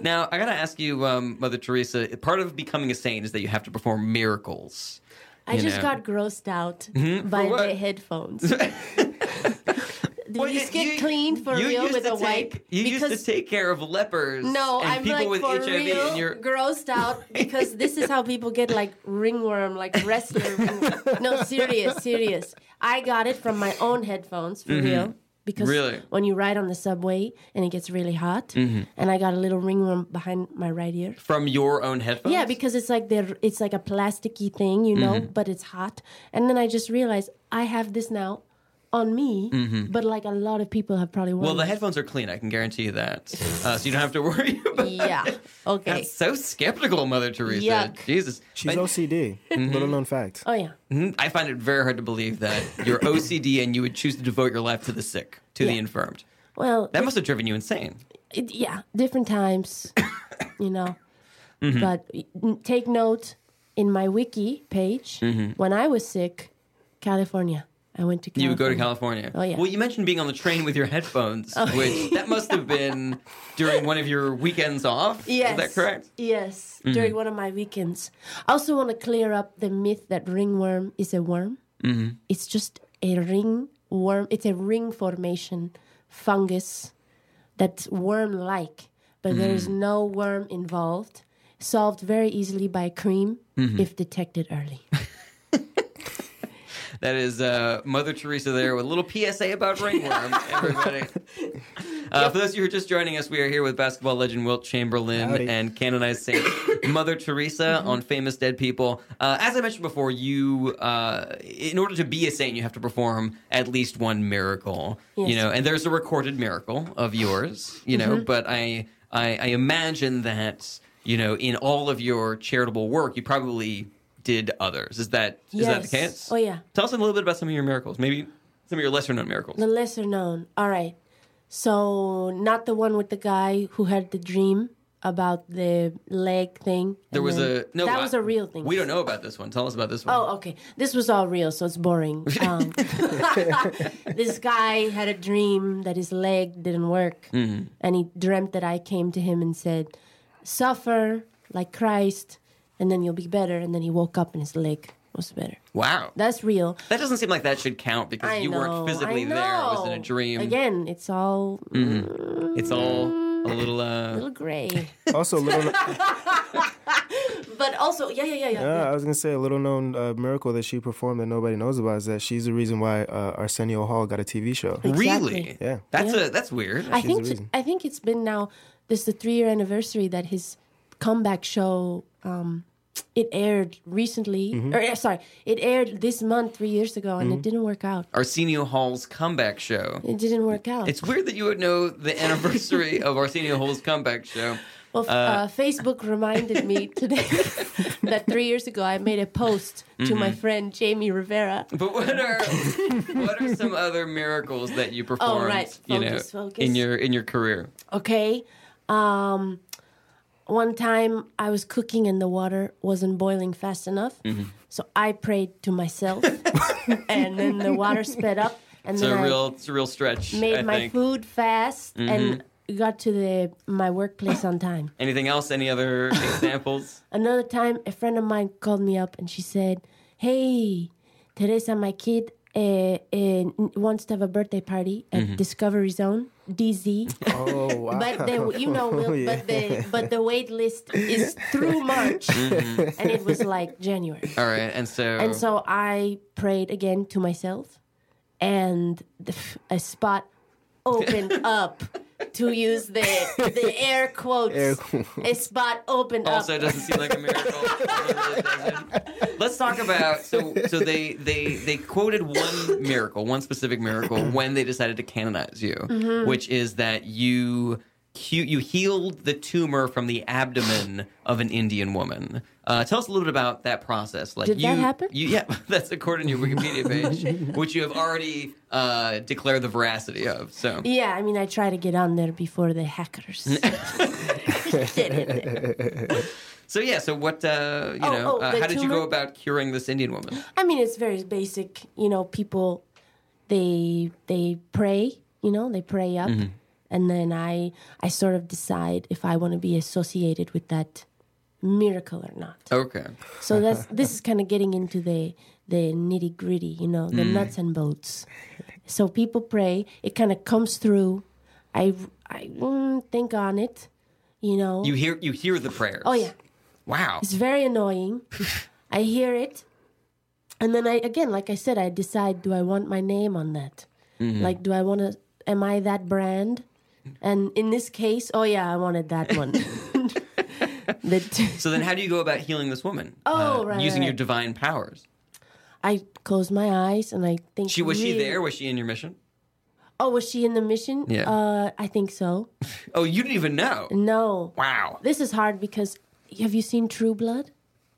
S6: Now, I gotta ask you, um, Mother Teresa. Part of becoming a saint is that you have to perform miracles.
S5: I
S6: You
S5: just
S6: know. Mm-hmm.
S5: got grossed out by
S6: For what?
S5: the headphones. Did these get cleaned for
S6: you
S5: real
S6: used
S5: with
S6: to
S5: a
S6: take-
S5: wipe?
S6: You used to take care of lepers
S5: no,
S6: and
S5: I'm
S6: people
S5: like
S6: with
S5: for
S6: HIV,
S5: real
S6: and you're
S5: grossed out because this is how people get like ringworm, like wrestler ringworm. No, serious, serious. I got it from my own headphones for real. Because
S6: Mm-hmm. Really? Mm-hmm.
S5: when you ride on the subway and it gets really hot, and I got a little ringworm behind my right ear.
S6: from your own headphones.
S5: Yeah, because it's like they're it's like a plasticky thing, you know,
S6: Mm-hmm.
S5: but it's hot. And then I just realized I have this now on me, but like a lot of people have probably worn.
S6: Mm-hmm. well, the
S5: it.
S6: headphones are clean. I can guarantee you that. Uh, so you don't have to worry about.
S5: yeah. Okay.
S6: That's so skeptical, Mother Teresa.
S5: Yuck.
S6: Jesus,
S4: She's
S6: But-
S4: OCD.
S6: Mm-hmm.
S4: Little known fact.
S5: oh yeah.
S6: Mhm. I find it very hard to believe that you're OCD and you would choose to devote your life to the sick, to the
S5: Yeah.
S6: infirmed.
S5: Well,
S6: That must have driven you insane.
S5: it, yeah, different times, you know.
S6: Mm-hmm.
S5: But n- take note in my wiki page when I was sick, California. I went to California.
S6: Mm-hmm. You would go to California.
S5: Oh, yeah. Oh.
S6: Well, you mentioned being on the train with your headphones, which that must have been during one of your weekends off.
S5: Yes.
S6: Is that correct? Mm-hmm.
S5: Yes, during one of my weekends. I also want to clear up the myth that ringworm is a worm. Mm-hmm. It's just a ring worm. It's a ring formation fungus that's worm like, but there
S6: Mm.
S5: is no worm involved. Solved very easily by cream
S6: Mm-hmm.
S5: if detected early.
S6: That is uh, Mother Teresa there with a little PSA about ringworm, everybody. Uh, for those of you who are just joining us, we are here with basketball legend Wilt Chamberlain
S4: Howdy.
S6: and canonized saint Mother Teresa
S5: Mm-hmm.
S6: on Famous Dead People. Uh, as I mentioned before, you, uh, in order to be a saint, you have to perform at least one miracle. You
S5: Yes. Mm-hmm.
S6: know, and there's a recorded miracle of yours. You know, but I, I, I imagine that you know, in all of your charitable work, you probably did others. Is that is that the
S5: Yes.
S6: case?
S5: Oh, yeah.
S6: Tell us a little bit about some of your miracles. Maybe some of your lesser known miracles.
S5: The lesser known. All right. So, not the one with the guy who had the dream about the leg thing.
S6: There
S5: and
S6: was
S5: then-
S6: a no.
S5: That
S6: I-
S5: was a real thing.
S6: We don't know about this one. Tell us about this one.
S5: Oh, okay. This was all real, so it's boring. Um, this guy had a dream that his leg didn't work,
S6: Mm-hmm.
S5: and he dreamt that I came to him and said, "Suffer like Christ, and then you'll be better." And then he woke up, and his leg was better.
S6: wow. That,
S5: That's real.
S6: doesn't seem like that should count because
S5: I
S6: you
S5: know.
S6: weren't physically
S5: I
S6: there. It was in a
S5: know.
S6: dream. Mm.
S5: Again, it's all
S6: It's all a little. Uh,
S5: little gray.
S4: Also, little.
S5: but also, yeah, yeah, yeah, yeah.
S4: Yeah, I was gonna say a little known uh, miracle that she performed that nobody knows about is that she's the reason why uh, Arsenio Hall got a TV show.
S6: really?
S4: Yeah.
S6: That's a that's weird.
S5: I think
S4: the reason.
S5: I think it's been now this is the three year anniversary that his comeback show um, it aired recently or eh, sorry it aired this month three years ago and it didn't work out
S6: Arsenio Hall's comeback show.
S5: it didn't work out
S6: It's weird that you would know the anniversary of Arsenio Hall's comeback show.
S5: well f- uh, Facebook reminded me today that three years ago I made a post to my friend Jamie Rivera
S6: But what are what are some other miracles that you performed?
S5: Oh, right.
S6: you know,
S5: Focus, focus.
S6: in your in your career.
S5: okay um one time i was cooking and the water wasn't boiling fast enough
S6: Mm-hmm.
S5: so i prayed to myself and then the water sped up and
S6: It's
S5: then
S6: a
S5: i
S6: real it's a real stretch.
S5: made
S6: I
S5: my
S6: think. Mm-hmm.
S5: food fast and got to the my workplace on time
S6: Anything else? Any other examples?
S5: Another time, a friend of mine called me up and she said, "Hey, Teresa, my kid uh, uh, n- wants to have a birthday party at
S6: Mm-hmm.
S5: Discovery Zone DZ,
S4: Oh wow.
S5: but the, you know, Will,
S4: Yeah.
S5: but the but the wait list is through March, and it was like January,
S6: All right, and so
S5: and so uh, I prayed again to myself, and the, a spot opened up. To use the the air quotes,
S4: Air quotes.
S5: a spot opened up.
S6: also doesn't seem like a miracle. It really doesn't. Let's talk about so so they they they quoted one miracle, one specific miracle when they decided to canonize you,
S5: Mm-hmm.
S6: which is that you cu- you healed the tumor from the abdomen of an Indian woman. Uh, tell us a little bit about that process. Like
S5: Did
S6: you,
S5: that happen?
S6: You, yeah, that's according to your Wikipedia page, which you have already uh, declared the veracity of. So
S5: Yeah, I mean, I try to get on there before the hackers get in there.
S6: So yeah, so what uh, you
S5: Oh,
S6: know?
S5: oh,
S6: uh,
S5: the
S6: how did you go
S5: tumor?
S6: about curing this Indian woman?
S5: I mean, it's very basic. You know, people they they pray. You know, they pray up,
S6: Mm-hmm.
S5: and then I I sort of decide if I want to be associated with that miracle or not.
S6: Okay,
S5: So
S6: Mm-hmm.
S5: that's this is kind of getting into the the nitty gritty. You know, the nuts and bolts. So people pray. It kind of comes through. I I mm, think on it. You know.
S6: You hear you hear the prayers.
S5: oh yeah.
S6: Wow.
S5: It's very annoying. I hear it. And then I again, like I said, I decide do I want my name on that?
S6: Mm-hmm.
S5: Like do I want to am I that brand? And in this case, oh yeah, I wanted that one. that
S6: So then how do you go about healing this woman? Uh,
S5: Oh, right,
S6: Using
S5: right,
S6: your
S5: right.
S6: divine powers.
S5: I close my eyes and I think
S6: She was she
S5: really-
S6: there? Was she in your mission?
S5: Oh, was she in the mission?
S6: Yeah.
S5: Uh I think so.
S6: Oh, you didn't even know.
S5: No.
S6: Wow.
S5: This is hard because have you seen True Blood?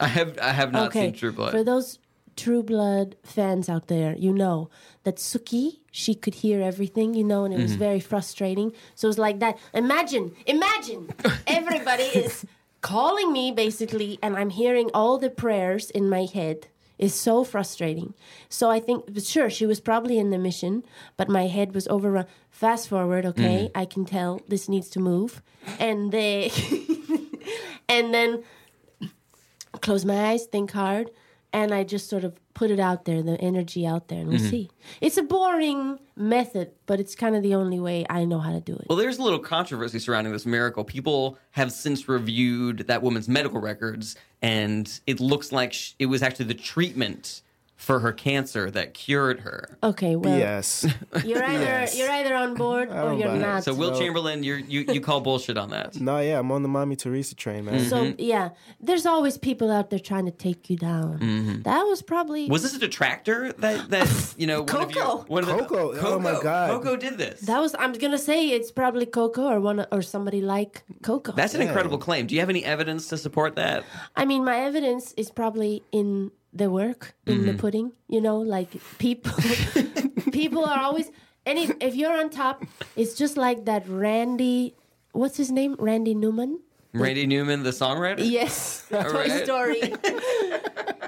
S6: I have I have not seen True Blood.
S5: For those True Blood fans out there, you know that Suki, she could hear everything, you know, and it was
S6: Mm-hmm.
S5: very frustrating. So it was like that. Imagine, imagine everybody is calling me basically, and I'm hearing all the prayers in my head. It's so frustrating. So I think, but sure, she was probably in the mission, but my head was overrun. Fast forward,
S6: Mm.
S5: okay, I can tell this needs to move. And they. and then close my eyes, think hard, and I just sort of put it out there, the energy out there, and
S6: Mm-hmm.
S5: we'll see. It's a boring method, but it's kind of the only way I know how to do it.
S6: Well, there's a little controversy surrounding this miracle. People have since reviewed that woman's medical records, and it looks like sh- it was actually the treatment for her cancer that cured her.
S5: Okay, well,
S4: Yes.
S5: you're either
S4: Yes.
S5: you're either on board or
S4: don't
S5: you're
S4: buy it.
S5: not.
S6: So, Will Chamberlain, you're, you you call bullshit on that.
S4: no, yeah, I'm on the mommy Teresa train, man.
S5: So,
S6: Mm-hmm.
S5: yeah, there's always people out there trying to take you down. That was probably
S6: Mm-hmm. Was this a detractor that that you know? One of your,
S5: Coco.
S6: one of the-
S4: Coco. Oh, my God.
S6: Coco did this.
S5: that was I'm gonna say it's probably Coco or one or somebody like Coco.
S6: That's an incredible claim. Do you have any evidence to support that?
S5: I mean, my evidence is probably in the work, in
S6: Mm-hmm.
S5: the pudding. You know, like people, people are always. Any if you're on top, it's just like that Randy. What's his name? Randy Newman.
S6: Randy Newman, the songwriter.
S5: Yes, Toy
S6: right.
S5: Story.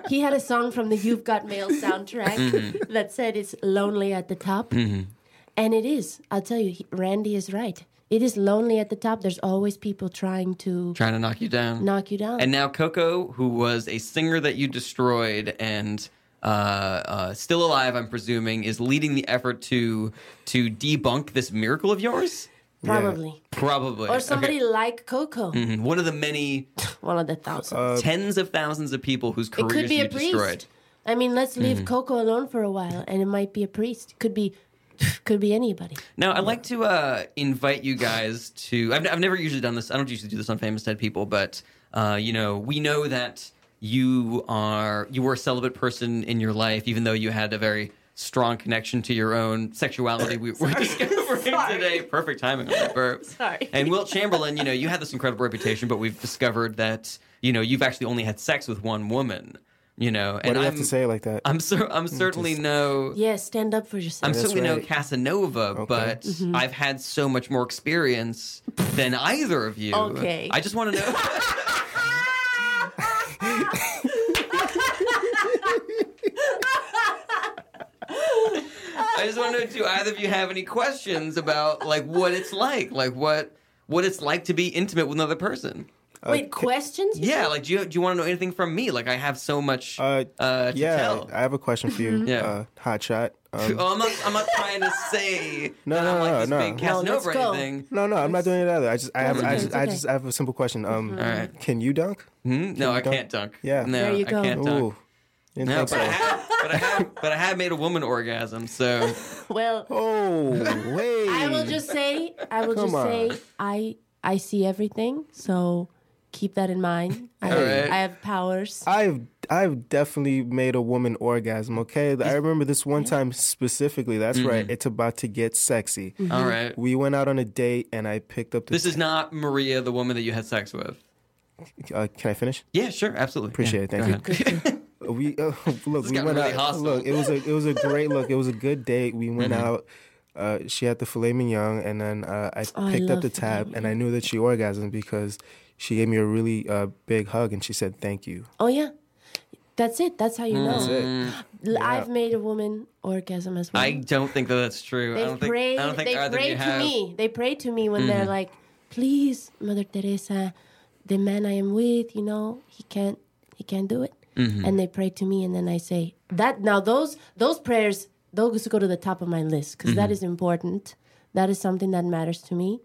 S5: he had a song from the You've Got Mail soundtrack
S6: Mm-hmm.
S5: that said it's lonely at the top. And it is. I'll tell you, he- Randy is right. It is lonely at the top. There's always people trying to
S6: Trying to knock you down.
S5: knock you down.
S6: And now Coco, who was a singer that you destroyed and uh, uh, still alive, I'm presuming, is leading the effort to to debunk this miracle of yours.
S5: Probably.
S6: Probably,
S5: Or somebody like Coco.
S6: Okay. one of the many
S5: One of the thousands.
S4: Uh,
S6: tens of thousands of people whose
S5: it
S6: Uh, careers
S5: could be
S6: you
S5: a priest.
S6: destroyed.
S5: I mean, let's leave
S6: Mm-hmm.
S5: Coco alone for a while, and it might be a priest. Could be, could be anybody.
S6: Now, I'd like to uh, invite you guys to. I've, I've never usually done this. I don't usually do this on Famous Dead People, but uh, you know, we know that you are you were a celibate person in your life, even though you had a very strong connection to your own sexuality. We were discovering today. Perfect timing on that burp.
S5: Sorry.
S6: And Wilt Chamberlain, you know, you had this incredible reputation, but we've discovered that you know you've actually only had sex with one woman. You know,
S4: Why
S6: and
S4: do you
S6: I'm
S4: have to say it like that?
S6: I'm cer- I'm certainly no
S5: Yeah, stand up for yourself.
S6: I'm certainly no
S4: right.
S6: Casanova, but I've had so much more experience than either of you.
S5: Okay.
S6: I just want to know. I just want to know do either of you have any questions about like what it's like, like what what it's like to be intimate with another person?
S5: Wait, questions?
S6: Uh, Yeah, like do you do you want to know anything from me? Like I have so much uh,
S4: Uh,
S6: to
S4: yeah,
S6: tell. Mm-hmm.
S4: I um, have a question for you.
S6: Yeah.
S4: uh, hot shot. Um,
S6: Oh, I'm not. I'm not trying to say
S4: No,
S6: that
S4: no,
S6: I'm like
S4: no,
S6: this
S4: Ah, no.
S6: big
S5: No,
S6: Casanova
S5: let's
S6: or
S5: go.
S6: anything.
S4: no, no, I'm not doing it either. I just, I have,
S5: That's
S4: I,
S5: okay,
S4: just,
S5: it's
S4: I
S5: okay.
S4: just have a simple question. Um,
S6: right.
S4: can you dunk?
S6: Hmm? No, I can't dunk.
S4: Yeah.
S6: no,
S5: There you
S6: I
S5: go.
S6: can't dunk.
S4: Ooh, didn't
S6: No,
S4: think
S6: but I,
S4: so.
S6: have, but I have, but I have made a woman orgasm. So
S5: Well,
S4: Oh, wait.
S5: I will just say, I will
S4: Come
S5: just say,
S4: on.
S5: I I see everything, so keep that in mind. I,
S6: All right.
S5: I have powers.
S4: I've I've definitely made a woman orgasm. Okay, I remember this one time specifically. That's
S5: Mm-hmm.
S4: right. It's about to get sexy.
S6: all right,
S4: We went out on a date, and I picked up the.
S6: Uh, this is not Maria, the woman that you had sex with.
S4: uh, can I finish?
S6: Yeah, sure, absolutely.
S4: Appreciate it. Thank
S6: go
S4: you. we uh, look. we
S6: gotten
S4: went
S6: really
S4: out.
S6: hostile.
S4: Look,
S6: Mm-hmm.
S4: it was a it was a great look. It was a good date. We went out. Uh, she had the filet mignon, and then uh, I
S5: Oh, I
S4: picked
S5: love
S4: up the
S5: filet
S4: tab, and I knew that she orgasmed because she gave me a really uh, big hug, and she said thank you.
S5: Oh yeah, that's it. That's how
S6: Mm.
S5: you
S4: That's
S5: know.
S4: it.
S5: L- I've made a woman orgasm as well.
S6: I don't think that that's true. I
S5: They
S6: don't think.
S5: pray.
S6: I don't think
S5: they
S6: either of
S5: pray
S6: you
S5: to
S6: have. Mm-hmm.
S5: me. They pray to me when they're like, "Please, Mother Teresa, the man I am with, you know, he can't,
S6: Mm-hmm.
S5: he can't do it." And they pray to me, and then I say that. Now those those prayers, those go to the top of my list because
S6: Mm-hmm.
S5: is important. That is something that matters to me.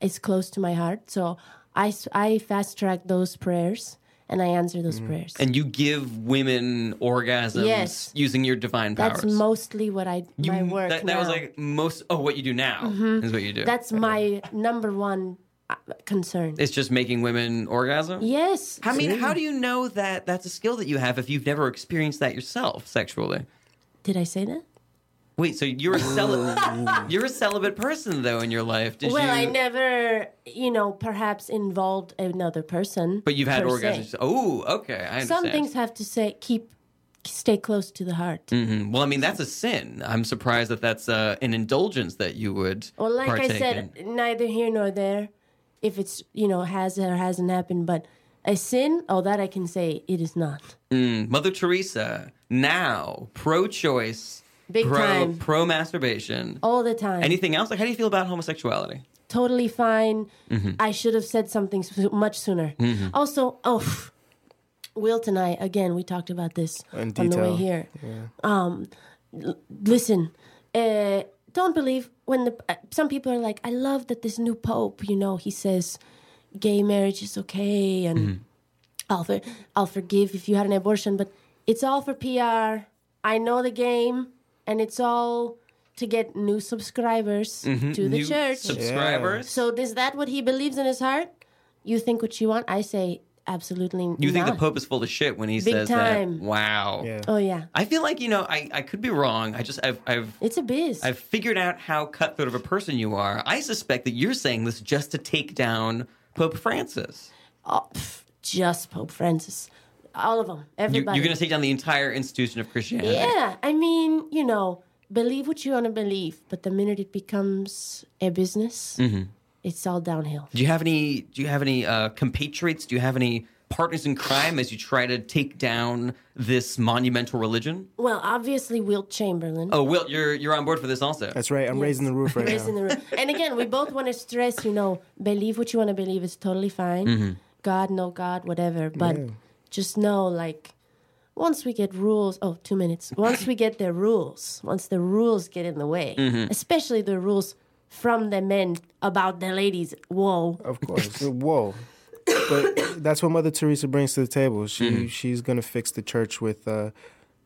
S5: It's close to my heart. So I, s- I fast track those prayers and I answer those prayers.
S6: Mm-hmm. And you give women orgasms
S5: Yes.
S6: using your divine powers.
S5: That's mostly what I
S6: You-
S5: my work.
S6: That, that was
S5: now. Mm-hmm.
S6: like most. Oh, what you do now is what you do.
S5: that's my number one uh, concern.
S6: it's just making women orgasm.
S5: yes,
S6: I mean, how do you know that that's a skill that you have if you've never experienced that yourself sexually?
S5: did I say that?
S6: Wait, so you're a celibate, you're a celibate person though in your life. Did
S5: well,
S6: you?
S5: I never, you know, perhaps involved another person.
S6: But you've had
S5: per
S6: orgasms.
S5: se.
S6: Oh, okay, I understand.
S5: Some things have to say keep stay close to the heart.
S6: Mhm. Well, I mean, that's a sin. I'm surprised that that's uh, an indulgence that you would.
S5: Well, like
S6: partake
S5: I said,
S6: in.
S5: neither here nor there. If it's you know has or hasn't happened, but a sin, oh, that I can say it is not.
S6: Mm, Mother Teresa now pro-choice,
S5: Big
S6: pro
S5: time. Oh.
S6: pro-masturbation.
S5: All the time.
S6: Anything else? Like, how do you feel about homosexuality?
S5: totally fine.
S4: Mm-hmm.
S5: I should have said something so- much sooner. Also, oh, pff, Will tonight again. We talked about this
S4: In
S5: on the way
S4: detail,
S5: here. Um, l- listen, uh, don't believe when the uh, some people are like, I love that this new pope. You know, he says gay marriage is okay, and
S4: Mm-hmm.
S5: I'll for, I'll forgive if you had an abortion, but it's all for PR. I know the game, and it's all to get new subscribers
S4: Mm-hmm.
S5: to the
S6: New
S5: church.
S6: subscribers.
S5: So is that what he believes in his heart? You think what you want? I say absolutely
S6: You think
S5: not.
S6: the Pope is full of shit when he
S5: Big
S6: says
S5: time.
S6: that? Wow.
S4: Yeah.
S5: Oh yeah,
S6: I feel like you know I, I could be wrong. I just I've I've
S5: it's a biz.
S6: I've figured out how cutthroat of a person you are. I suspect that you're saying this just to take down Pope Francis.
S5: Oh, pff, just Pope Francis, all of them,
S6: You, are
S5: everybody.
S6: going to take down the entire institution of Christianity.
S5: yeah, I mean, you know, believe what you want to believe, but the minute it becomes a business,
S6: Mm-hmm.
S5: it's all downhill.
S6: Do you have any? Do you have any uh, compatriots? Do you have any partners in crime as you try to take down this monumental religion?
S5: Well, obviously, Wilt Chamberlain.
S6: Oh, Will, you're you're on board for this also.
S4: That's right. I'm raising the roof right
S5: raising
S4: now.
S5: the roof. And again, we both want to stress, you know, believe what you want to believe is totally fine. God, no God, whatever. But just know, like, once we get rules, oh, two minutes. Once we get the rules, once the rules get in the way, especially the rules from the men about the ladies, whoa.
S4: Of course. Whoa. But that's what Mother Teresa brings to the table. She
S6: Mm-hmm.
S4: she's gonna fix the church with uh,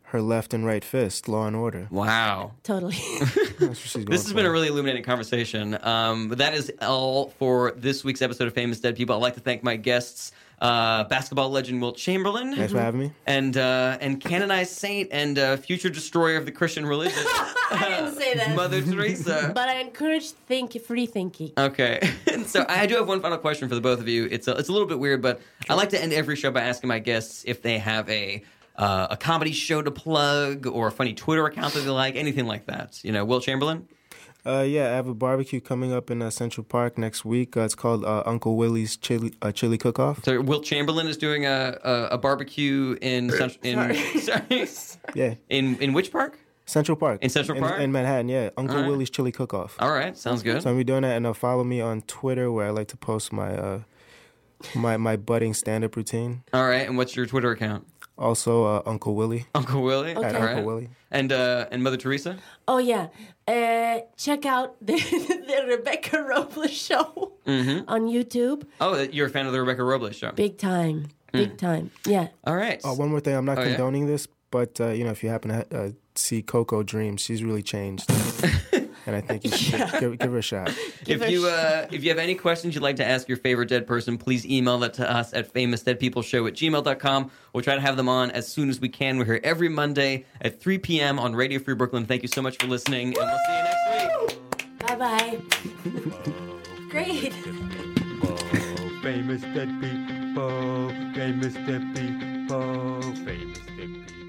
S4: her left and right fist, law and order.
S6: Wow.
S5: Totally.
S4: That's what she's going
S6: This has
S4: for.
S6: been a really illuminating conversation. Um, but that is all for this week's episode of Famous Dead People. I'd like to thank my guests, uh, basketball legend Wilt Chamberlain,
S4: Thanks for having me.
S6: and uh, and canonized saint and uh, future destroyer of the Christian religion,
S5: I didn't say that.
S6: Mother Teresa.
S5: but I encourage think free thinking.
S6: Okay, And so I do have one final question for the both of you. It's a, it's a little bit weird, but I like to end every show by asking my guests if they have a uh, a comedy show to plug or a funny Twitter account that they like, anything like that. You know, Will Chamberlain.
S4: Uh, yeah, I have a barbecue coming up in uh, Central Park next week. Uh, it's called uh, Uncle Willie's Chili uh, Chili Cook Off.
S6: So Will Chamberlain is doing a a, a barbecue
S4: Uh,
S6: in cent- in sorry.
S4: Yeah,
S6: in in which park?
S4: Central Park.
S6: In Central Park?
S4: in, Manhattan. Yeah, Uncle
S6: All right.
S4: Willie's Chili Cook Off.
S6: All right, sounds good.
S4: So I'm gonna be doing that, and uh, follow me on Twitter where I like to post my uh, my my budding stand up routine.
S6: All right, and what's your Twitter account?
S4: Also, uh, Uncle Willie
S6: Uncle Willie.
S4: at
S6: All right.
S4: Uncle Willie.
S6: And uh, and Mother Teresa.
S5: Oh yeah, uh, check out the, the Rebecca Robles show on YouTube.
S6: Oh, you're a fan of the Rebecca Robles show.
S5: Big time, big time. Yeah,
S6: All right.
S4: Oh, one more thing. I'm not
S6: Oh, yeah?
S4: condoning this, but uh, you know, if you happen to ha- uh, see Coco Dream, she's really changed, and I think you should give, give her a shot.
S5: Give
S6: if
S5: a
S6: you uh, if you have any questions you'd like to ask your favorite dead person, please email that to us at famousdeadpeopleshow at gmail.com. We'll try to have them on as soon as we can. We're here every Monday at 3 p.m. on Radio Free Brooklyn. Thank you so much for listening, and we'll see you next week.
S5: bye bye. Great.
S2: Famous dead people, famous dead people, famous dead people.